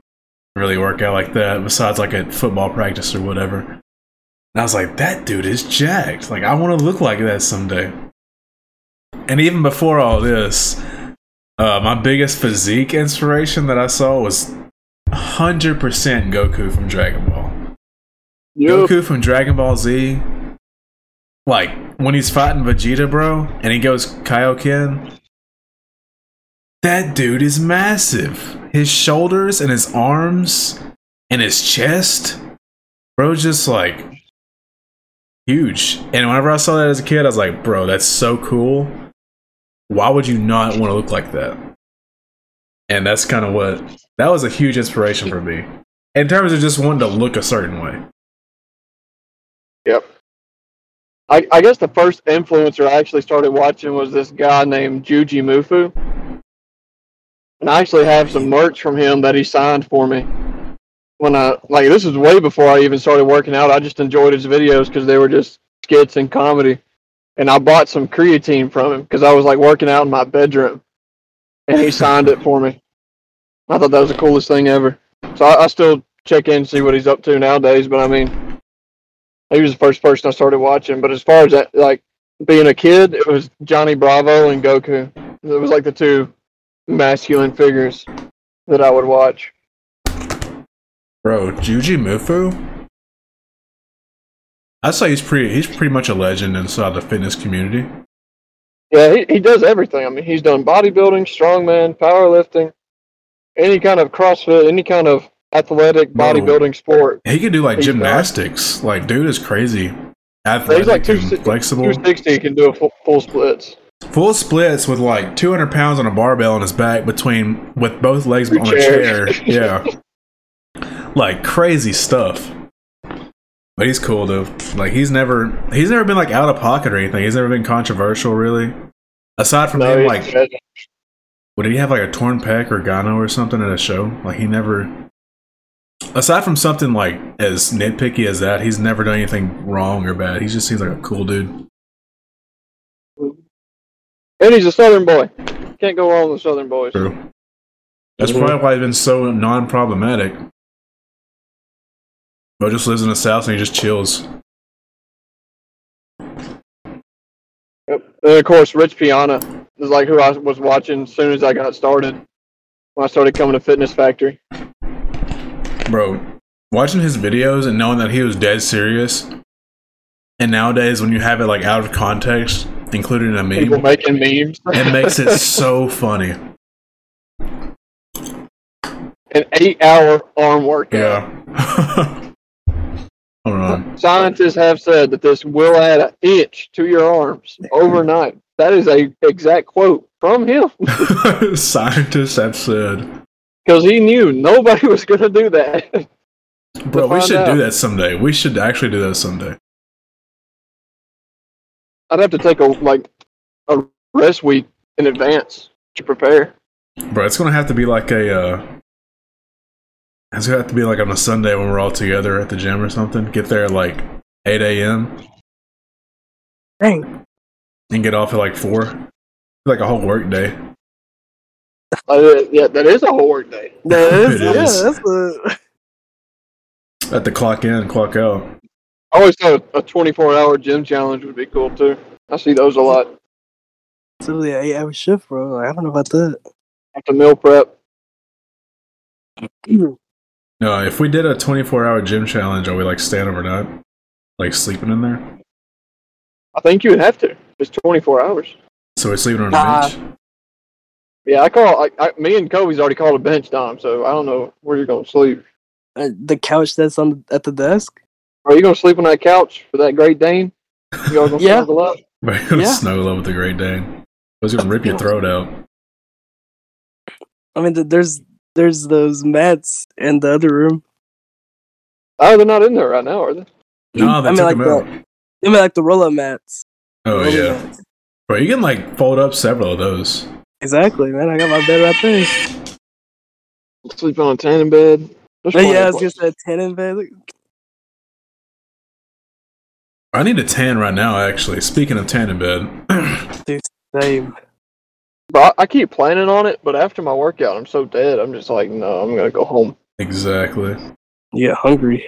A: really work out like that, besides like at football practice or whatever. And I was like, that dude is jacked. Like, I want to look like that someday. And even before all this, uh, my biggest physique inspiration that I saw was hundred percent Goku from Dragon Ball.
C: yup.
A: Goku from Dragon Ball Z. Like when he's fighting Vegeta, bro, and he goes Kaioken. That dude is massive. His shoulders and his arms and his chest, bro, just like huge. And whenever I saw that as a kid, I was like, bro, that's so cool. Why would you not want to look like that? And that's kind of what that was a huge inspiration for me in terms of just wanting to look a certain way.
C: I, I guess the first influencer I actually started watching was this guy named Juji Mufu. And I actually have some merch from him that he signed for me. When I like this is way before I even started working out. I just enjoyed his videos because they were just skits and comedy. And I bought some creatine from him because I was like working out in my bedroom, and he signed it for me. I thought that was the coolest thing ever. So I, I still check in and see what he's up to nowadays. But I mean, he was the first person I started watching. But as far as that, like being a kid, it was Johnny Bravo and Goku. It was like the two masculine figures that I would watch.
A: Bro, Juji Mufu? I say he's pretty he's pretty much a legend inside the fitness community.
C: Yeah, he, he does everything. I mean, he's done bodybuilding, strongman, powerlifting, any kind of CrossFit, any kind of athletic
A: Bro.
C: bodybuilding sport.
A: He could do like
C: He's got-
A: gymnastics. Like dude is crazy. Athletic
C: He's like two
A: and
C: si-
A: flexible.
C: 260 can do a full, full splits.
A: Full splits with like 200 pounds on a barbell on his back between with both legs on a
C: Chair.
A: chair. Yeah. like crazy stuff. But he's cool though. Like he's never he's never been like out of pocket or anything. He's never been controversial really. Aside from
C: No,
A: him
C: he's
A: like Well, did he have like a torn pec or gano or something at a show? Like he never. Aside from something like as nitpicky as that, he's never done anything wrong or bad. He just seems like a cool dude.
C: and he's a Southern boy. Can't go wrong with Southern boys.
A: True. That's probably why he's been so non-problematic. Bo just lives in the South and he just chills.
C: Yep. And of course, Rich Piana is like who I was watching as soon as I got started when I started coming to Fitness Factory.
A: Bro, watching his videos and knowing that he was dead serious, and nowadays when you have it like out of context, included in a
C: People
A: meme,
C: making memes.
A: it makes it so funny.
C: An eight-hour arm workout.
A: Yeah. Hold on.
C: Scientists have said that this will add an inch to your arms overnight. That is a exact quote from him
A: Scientists have said,
C: because he knew nobody was going to do that.
A: bro, we
C: find
A: should
C: out.
A: do that someday. We should actually do that someday.
C: I'd have to take a like a rest week in advance to prepare.
A: Bro, it's gonna have to be like a. Uh, it's gonna have to be like on a Sunday when we're all together at the gym or something. Get there at like 8 a.m.
B: Dang,
A: and get off at like 4. Like a whole work day.
C: Uh, yeah, that is a whole work day.
B: that is,
A: It
B: yeah,
A: is.
B: that's the
A: At the clock in, clock out.
C: I always thought a 24-hour gym challenge would be cool too. I see those a lot
B: it's really an eight-hour shift, bro. Like, I don't know about that.
C: after meal prep.
A: No, if we did a 24 hour gym challenge, are we like staying overnight? Like sleeping in there?
C: I think you would have to. It's 24 hours.
A: So we're sleeping on a
B: Nah.
A: bench?
C: Yeah, I call. I, I, me and Kobe's already called a bench time, so I don't know where you're gonna sleep.
B: Uh, the couch that's on at the desk.
C: Are you gonna sleep on that couch for that Great Dane? You all gonna
B: Yeah.
C: snuggle up?
A: But you're gonna
B: Yeah.
A: snuggle up with the Great Dane. I was gonna rip your throat out.
B: I mean, th- there's there's those mats in the other room.
C: Oh, they're not in there right now, are they?
A: No, they
B: I mean,
A: took
B: like
A: him
B: the-
A: out.
B: I mean, like the roll-up mats.
A: Oh
B: Roll-up
A: yeah,
B: mats.
A: bro, you can like fold up several of those.
B: Exactly, man. I got my bed right there.
C: Sleep on a tanning bed. There's
B: But
C: plenty
B: yeah, I
C: of
B: was just a ten in bed. Like,
A: I need a tan right now. Actually, speaking of tan in bed,
B: Same.
C: Bro, I- I keep planning on it, but after my workout, I'm so dead. I'm just like, no, I'm gonna go home.
A: exactly.
B: Yeah, hungry.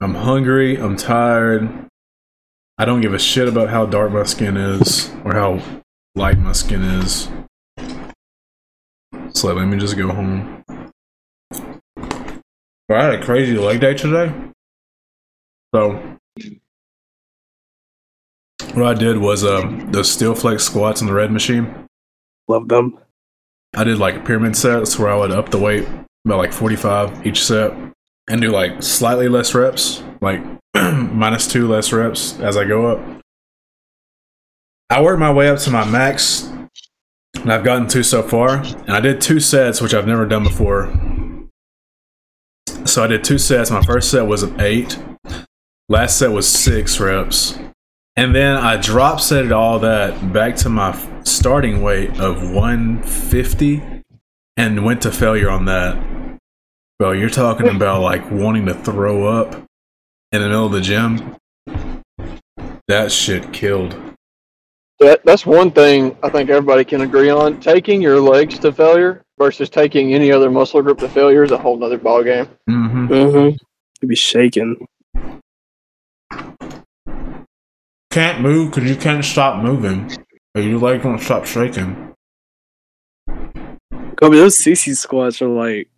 A: I'm hungry. I'm tired. I don't give a shit about how dark my skin is or how light my skin is. So let me just go home. Bro, I had a crazy leg day today. So what I did was um, the steel flex squats on the red machine.
B: Love them.
A: I did like pyramid sets where I would up the weight by like 45 each set and do like slightly less reps, like minus two less reps as I go up. I worked my way up to my max and I've gotten two so far. And I did two sets, which I've never done before. So I did two sets. My first set was an eight, last set was six reps. And then I drop set it all that back to my f- starting weight of 150 and went to failure on that. Bro, you're talking about like wanting to throw up in the middle of the gym. That shit killed.
C: That that's one thing I think everybody can agree on. Taking your legs to failure versus taking any other muscle group to failure is a whole nother ballgame.
A: Mm-hmm.
B: Mm-hmm. You'd be shaking.
A: Can't move because you can't stop moving. Or your leg won't stop shaking.
B: Kobe, those CC squats are like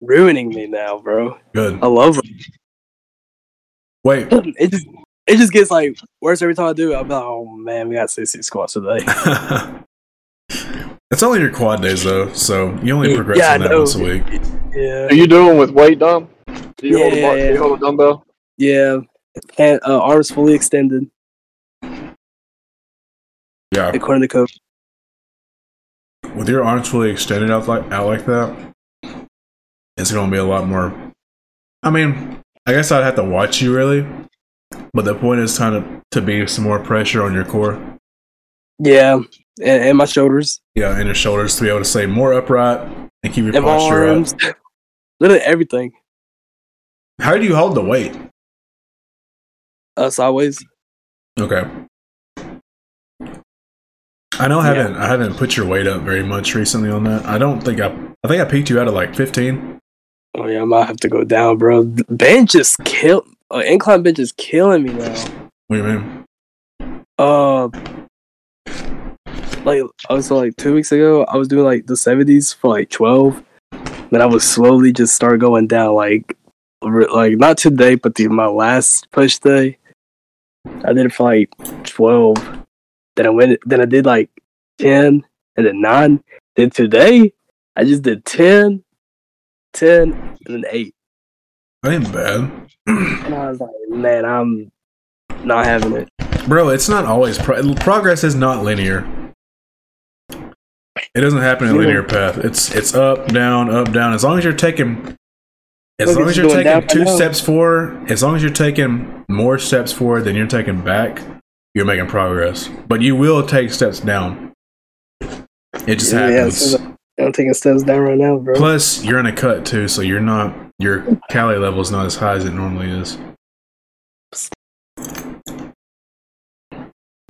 B: ruining me now, bro.
A: Good.
B: I love them.
A: Wait.
B: It just it just gets like worse every time I do. it. I'm like, oh man, we got CC squats today.
A: it's only your quad days though, so you only progress
B: Yeah, I
A: on that
B: know.
A: once a week.
B: Yeah,
C: Are you doing with weight, Dom? Do you, hold, a
B: Yeah,
C: bar- do you
B: yeah.
C: hold a dumbbell?
B: yeah. And uh, arms fully extended
A: Yeah.
B: according to Kobe.
A: with your arms fully extended out like out like that, it's gonna be a lot more. I mean, I guess I'd have to watch you really, but the point is kind of to be some more pressure on your core,
B: Yeah, and, and my shoulders
A: yeah, and your shoulders to be able to stay more upright and keep your
B: and my
A: posture up.
B: arms, literally everything.
A: How do you hold the weight?
B: Uh, sideways.
A: Okay. I know I haven't I haven't put your weight up very much recently on that. I don't think I I think I peaked you out at like 15.
B: Oh yeah, I might have to go down, bro. The Bench is kill. Oh, incline bench is killing me now.
A: What do you mean?
B: Uh, like I was like two weeks ago, I was doing like the seventies for like twelve, then I would slowly just start going down. Like, re- like not today, but the my last push day, I did it for like twelve. Then I went. Then I did like ten, and then nine. Then today, I just did 10, 10, and then eight.
A: I ain't bad.
B: And I was like, man, I'm not having it.
A: Bro, it's not always pro- progress is not linear. It doesn't happen in a
B: Yeah.
A: linear path. It's it's up, down, up, down. As long as you're taking as
B: Look,
A: long as
B: it's
A: you're
B: going
A: taking
B: down,
A: two
B: down.
A: steps forward, as long as you're taking more steps forward than you're taking back, you're making progress. But you will take steps down. It just
B: Yeah, yeah,
A: happens.
B: so I'm taking steps down right now, bro.
A: Plus, you're in a cut too, so you're not your calorie level is not as high as it normally is.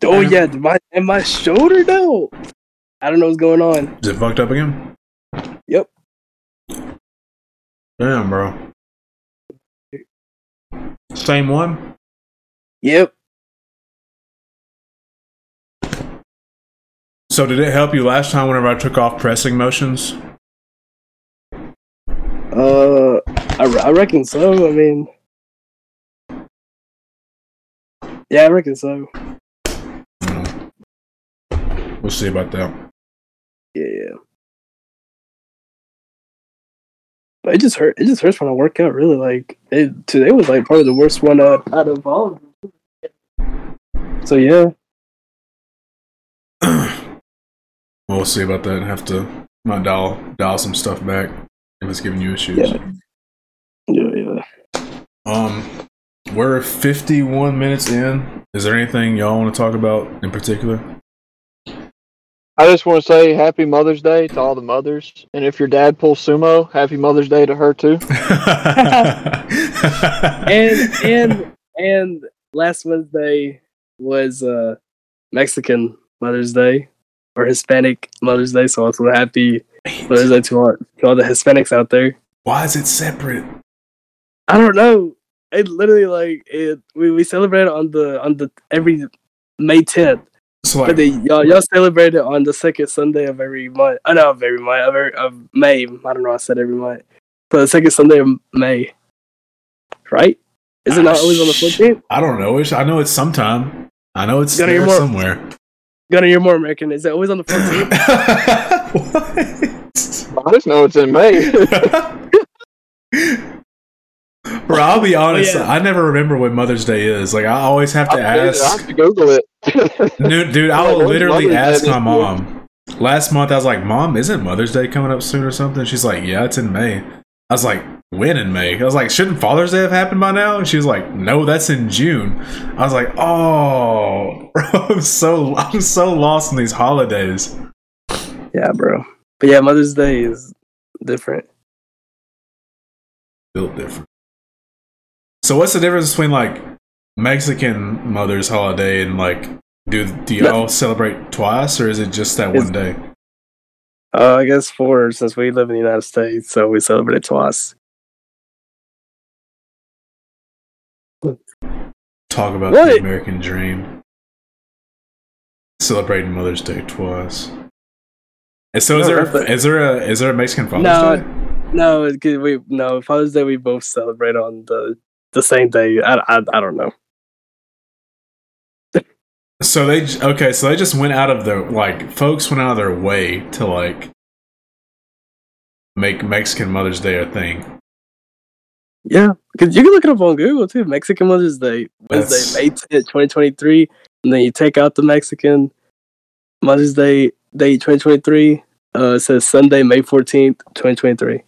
B: oh yeah, my and my shoulder though. I don't know what's going on.
A: Is it fucked up again?
B: Yep.
A: Damn, bro. Same one.
B: Yep.
A: So did it help you last time whenever I took off pressing motions?
B: Uh, I, re- I reckon so. I mean, yeah, I reckon so.
A: Mm. We'll see about that.
B: Yeah, yeah. But it just hurt. It just hurts when I work out. Really, like it, today was like probably the worst one uh, out of all. of them. So yeah,
A: We'll see about that. Have to might dial dial some stuff back if it's giving you issues.
B: Yeah. yeah, yeah.
A: Um, we're 51 minutes in. Is there anything y'all want to talk about in particular?
C: I just want to say happy Mother's Day to all the mothers. And if your dad pulls sumo, happy Mother's Day to her too.
B: And and and last Wednesday was uh Mexican Mother's Day or Hispanic Mother's Day. So also happy Mother's Day to all, to all the Hispanics out there.
A: why is it separate?
B: I don't know. It literally like it. We, we celebrate on the on the every May tenth,
A: So
B: but
A: like,
B: they y'all y'all celebrate it on the second Sunday of every month. I know of every month of, every, of May. I don't know. I said every month, but the second Sunday of May, right? Is it not always on the fourteenth?
A: I don't know. It's, I know it's sometime. I know it's
B: Gotta
A: there
B: hear more.
A: somewhere.
B: Gunnar, you're more American. Is it always on the fourteenth?
A: what?
C: I just know it's in May.
A: Bro, I'll be honest.
B: yeah.
A: I never remember what Mother's Day is. Like, I always have to
C: I
A: ask.
C: have to Google it.
A: Dude, dude, I
C: Like,
A: will
C: when's
A: literally
C: Mother's Day
A: ask
C: this
A: my
C: year?
A: mom. Last month, I was like, "Mom, isn't Mother's Day coming up soon or something?" She's like, "Yeah, it's in May." I was like, "When in May?" I was like, "Shouldn't Father's Day have happened by now?" And she was like, "No, that's in June." I was like, "Oh, bro, I'm so I'm so lost in these holidays."
B: yeah, bro. But yeah, Mother's Day is different.
A: Built different. So, what's the difference between like Mexican Mother's Holiday and like do do y'all celebrate twice or is it just that one
B: It's-
A: day?
B: Uh, I guess four since we live in the United States, so we celebrate it twice.
A: Talk about the
B: What?
A: American dream. Celebrating Mother's Day twice. And so is
B: No,
A: there
B: that's the-
A: is there a is there a Mexican Father's
B: No.
A: Day?
B: No, it could- we no Father's Day. We both celebrate on the the same day. I, I, I don't know.
A: So they j- okay, so they just went out of their like folks went out of their way to like make Mexican Mother's Day a thing.
B: Yeah, 'cause you can look it up on Google too. Mexican Mother's Day, Wednesday,
A: That's-
B: May tenth, twenty twenty three, and then you take out the Mexican Mother's Day date twenty twenty three. Uh, it says Sunday, May fourteenth, twenty twenty three.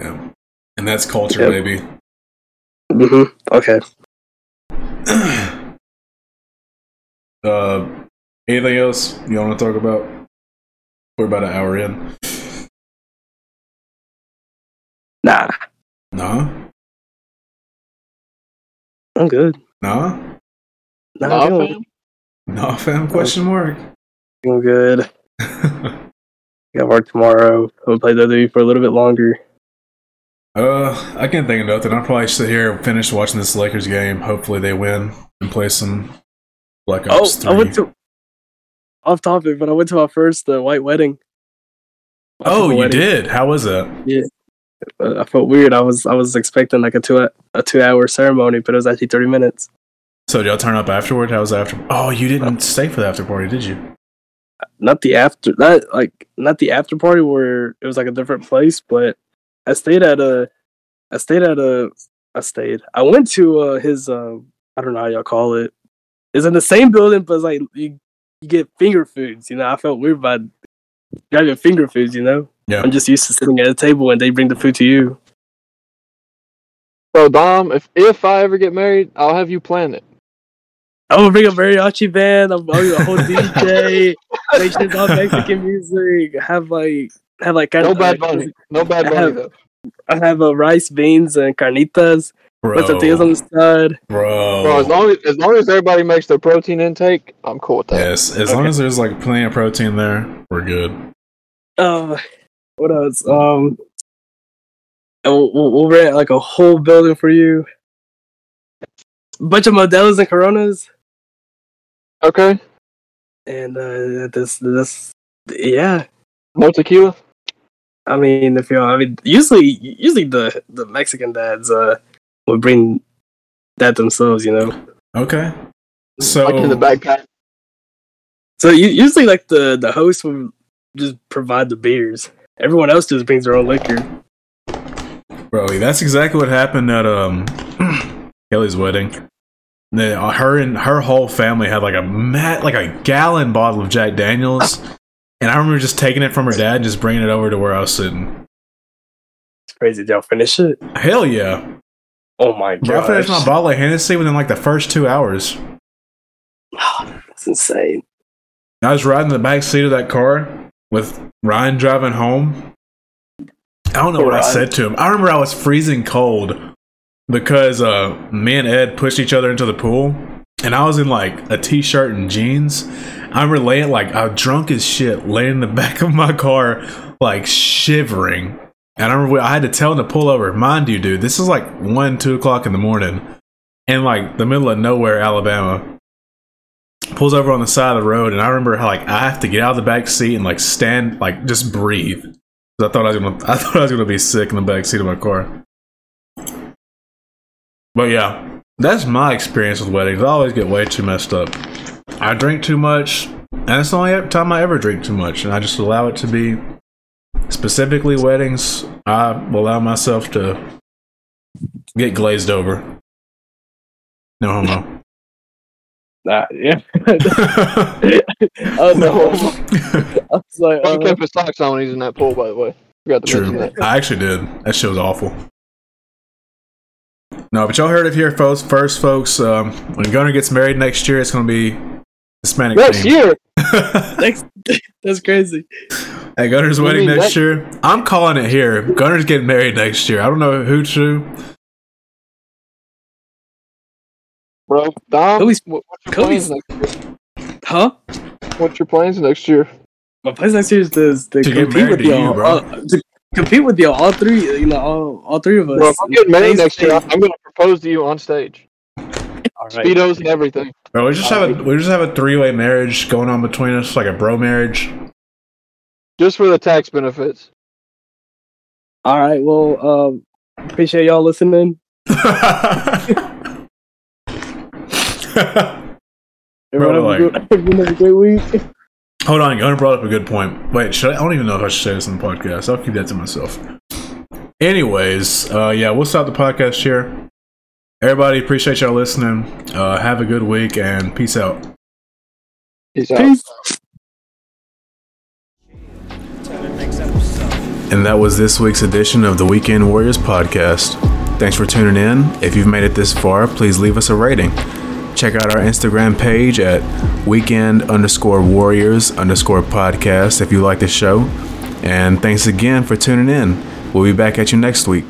A: Yeah. And that's culture,
B: Yep.
A: baby.
B: Mm-hmm. Okay.
A: uh anything else you wanna talk about? We're about an hour in.
B: Nah,
A: Nah?
B: I'm good.
A: Nah?
B: Nah,
C: Nah,
B: I don't-
C: fam.
A: Nah fam question mark.
B: Doing good. Got work tomorrow. We'll play WWE for a little bit longer.
A: Uh, I can't think of nothing. I'll probably sit here and finish watching this Lakers game. Hopefully they win and play some Black Ops
B: oh, I
A: 3.
B: went to off topic, but I went to my first uh, white wedding. My
A: oh,
B: purple
A: you
B: wedding.
A: did? How was it?
B: Uh, I felt weird. I was I was expecting like a two a two hour ceremony, but it was actually thirty minutes.
A: So did y'all turn up afterward? How was the after? Oh, you
B: Uh,
A: didn't stay for the after party, did you?
B: Not the after not like not the after party where it was like a different place, but I stayed at a I stayed at a I stayed. I went to uh, his uh, I don't know how y'all call it. It's in the same building, but it's like you you get finger foods. You know, I felt weird by grabbing finger foods. You know,
A: Yeah.
B: I'm just used to sitting at a table and they bring the food to you.
C: So Dom, if if I ever get married, I'll have you plan it.
B: I'm gonna bring a mariachi band. I'm gonna a whole DJ. Make sure it's all Mexican music. Have like have like kind
C: No
B: of
C: bad money. No bad
B: I
C: money
B: have-
C: though.
B: I have uh, rice, beans, and carnitas.
A: Bro,
B: Put some things on the side.
A: bro.
C: Bro, as long as, as long as everybody makes their protein intake, I'm cool with that.
A: yes, as long
B: Okay.
A: as there's like plenty of protein there, we're good.
B: Uh, what else? Um, and we'll, we'll we'll rent like a whole building for you. Bunch of Modelo's and Coronas,
C: Okay,
B: and uh, this this yeah.
C: no tequila.
B: I mean, if you, I mean, usually, usually the the Mexican dads uh would bring that themselves, you know.
A: Okay. So
C: like in the backpack.
B: So you, usually, like the the host would just provide the beers. Everyone else just brings their own liquor.
A: Bro, that's exactly what happened at um Kelly's wedding. The- uh, her and her whole family had like a mat, like a gallon bottle of Jack Daniels, and I remember just taking it from her dad and just bringing it over to where I was sitting.
B: It's crazy. Did y'all finish it?
A: Hell yeah,
B: Oh my
A: bro! I
B: god,
A: finished my bottle of Hennessy within like the first two hours.
B: that's insane.
A: I was riding the back seat of that car with Ryan driving home. I don't know what I
B: Ryan.
A: said to him. I remember I was freezing cold because uh, me and Ed pushed each other into the pool, and I was in like a t-shirt and jeans. I remember laying like I was drunk as shit, laying in the back of my car, like shivering. And I remember we- I had to tell him to pull over. Mind you, dude, this is like one, two o'clock in the morning, in like the middle of nowhere, Alabama pulls over on the side of the road and i remember how like i have to get out of the back seat and like stand like just breathe 'Cause i thought i was gonna i thought i was gonna be sick in the back seat of my car but yeah that's my experience with weddings i always get way too messed up i drink too much and that's the only e-, time i ever drink too much and i just allow it to be specifically weddings i allow myself to get glazed over no homo
B: Nah, yeah. Oh no, I was like,
C: He
B: uh,
C: kept his socks on when he's in that pool, by the way. Forgot to mention
A: True.
C: that.
A: I actually did. That shit was awful. No, but y'all heard it here, folks. First, folks, um, when Gunner gets married next year, it's going to be Hispanic
C: Next
A: themed.
C: year,
B: next, that's crazy.
A: At Gunner's
C: What do you
A: wedding
C: mean,
A: next
C: next-
A: year, I'm calling it here. Gunner's getting married next year. I don't know who to.
C: bro. Dom,
B: Kobe's-
C: what- what's, your
B: Kobe's-
C: plans next year?
B: Huh?
C: what's your plans next year?
B: My place next year is to, is to
A: To get
B: compete
A: married
B: with
A: to you,
B: y'all.
A: bro.
B: uh, to compete with y'all, all three, you know, all, all three of us.
C: Bro, if I'm getting married
B: Thanks,
C: next year,
B: thanks.
C: I'm going to propose to you on stage.
B: All right.
C: Speedos and everything.
A: Bro, we just have a we just have a three way marriage going on between us, like a bro marriage.
C: Just for the tax benefits.
B: All right. Well, um, appreciate y'all listening. Everyone
A: Bro,
B: have, a good, have a great week.
A: Hold on, Gunnar brought up a good point. Wait, should I? I don't even know if I should say this in the podcast. I'll keep that to myself. Anyways, uh, yeah, we'll stop the podcast here. Everybody, appreciate y'all listening. Uh, have a good week and peace out.
C: He's out.
B: Peace.
A: And that was this week's edition of the Weekend Warriors podcast. Thanks for tuning in. If you've made it this far, please leave us a rating. Check out our Instagram page at weekend underscore warriors underscore podcast if you like the show. And thanks again for tuning in. We'll be back at you next week.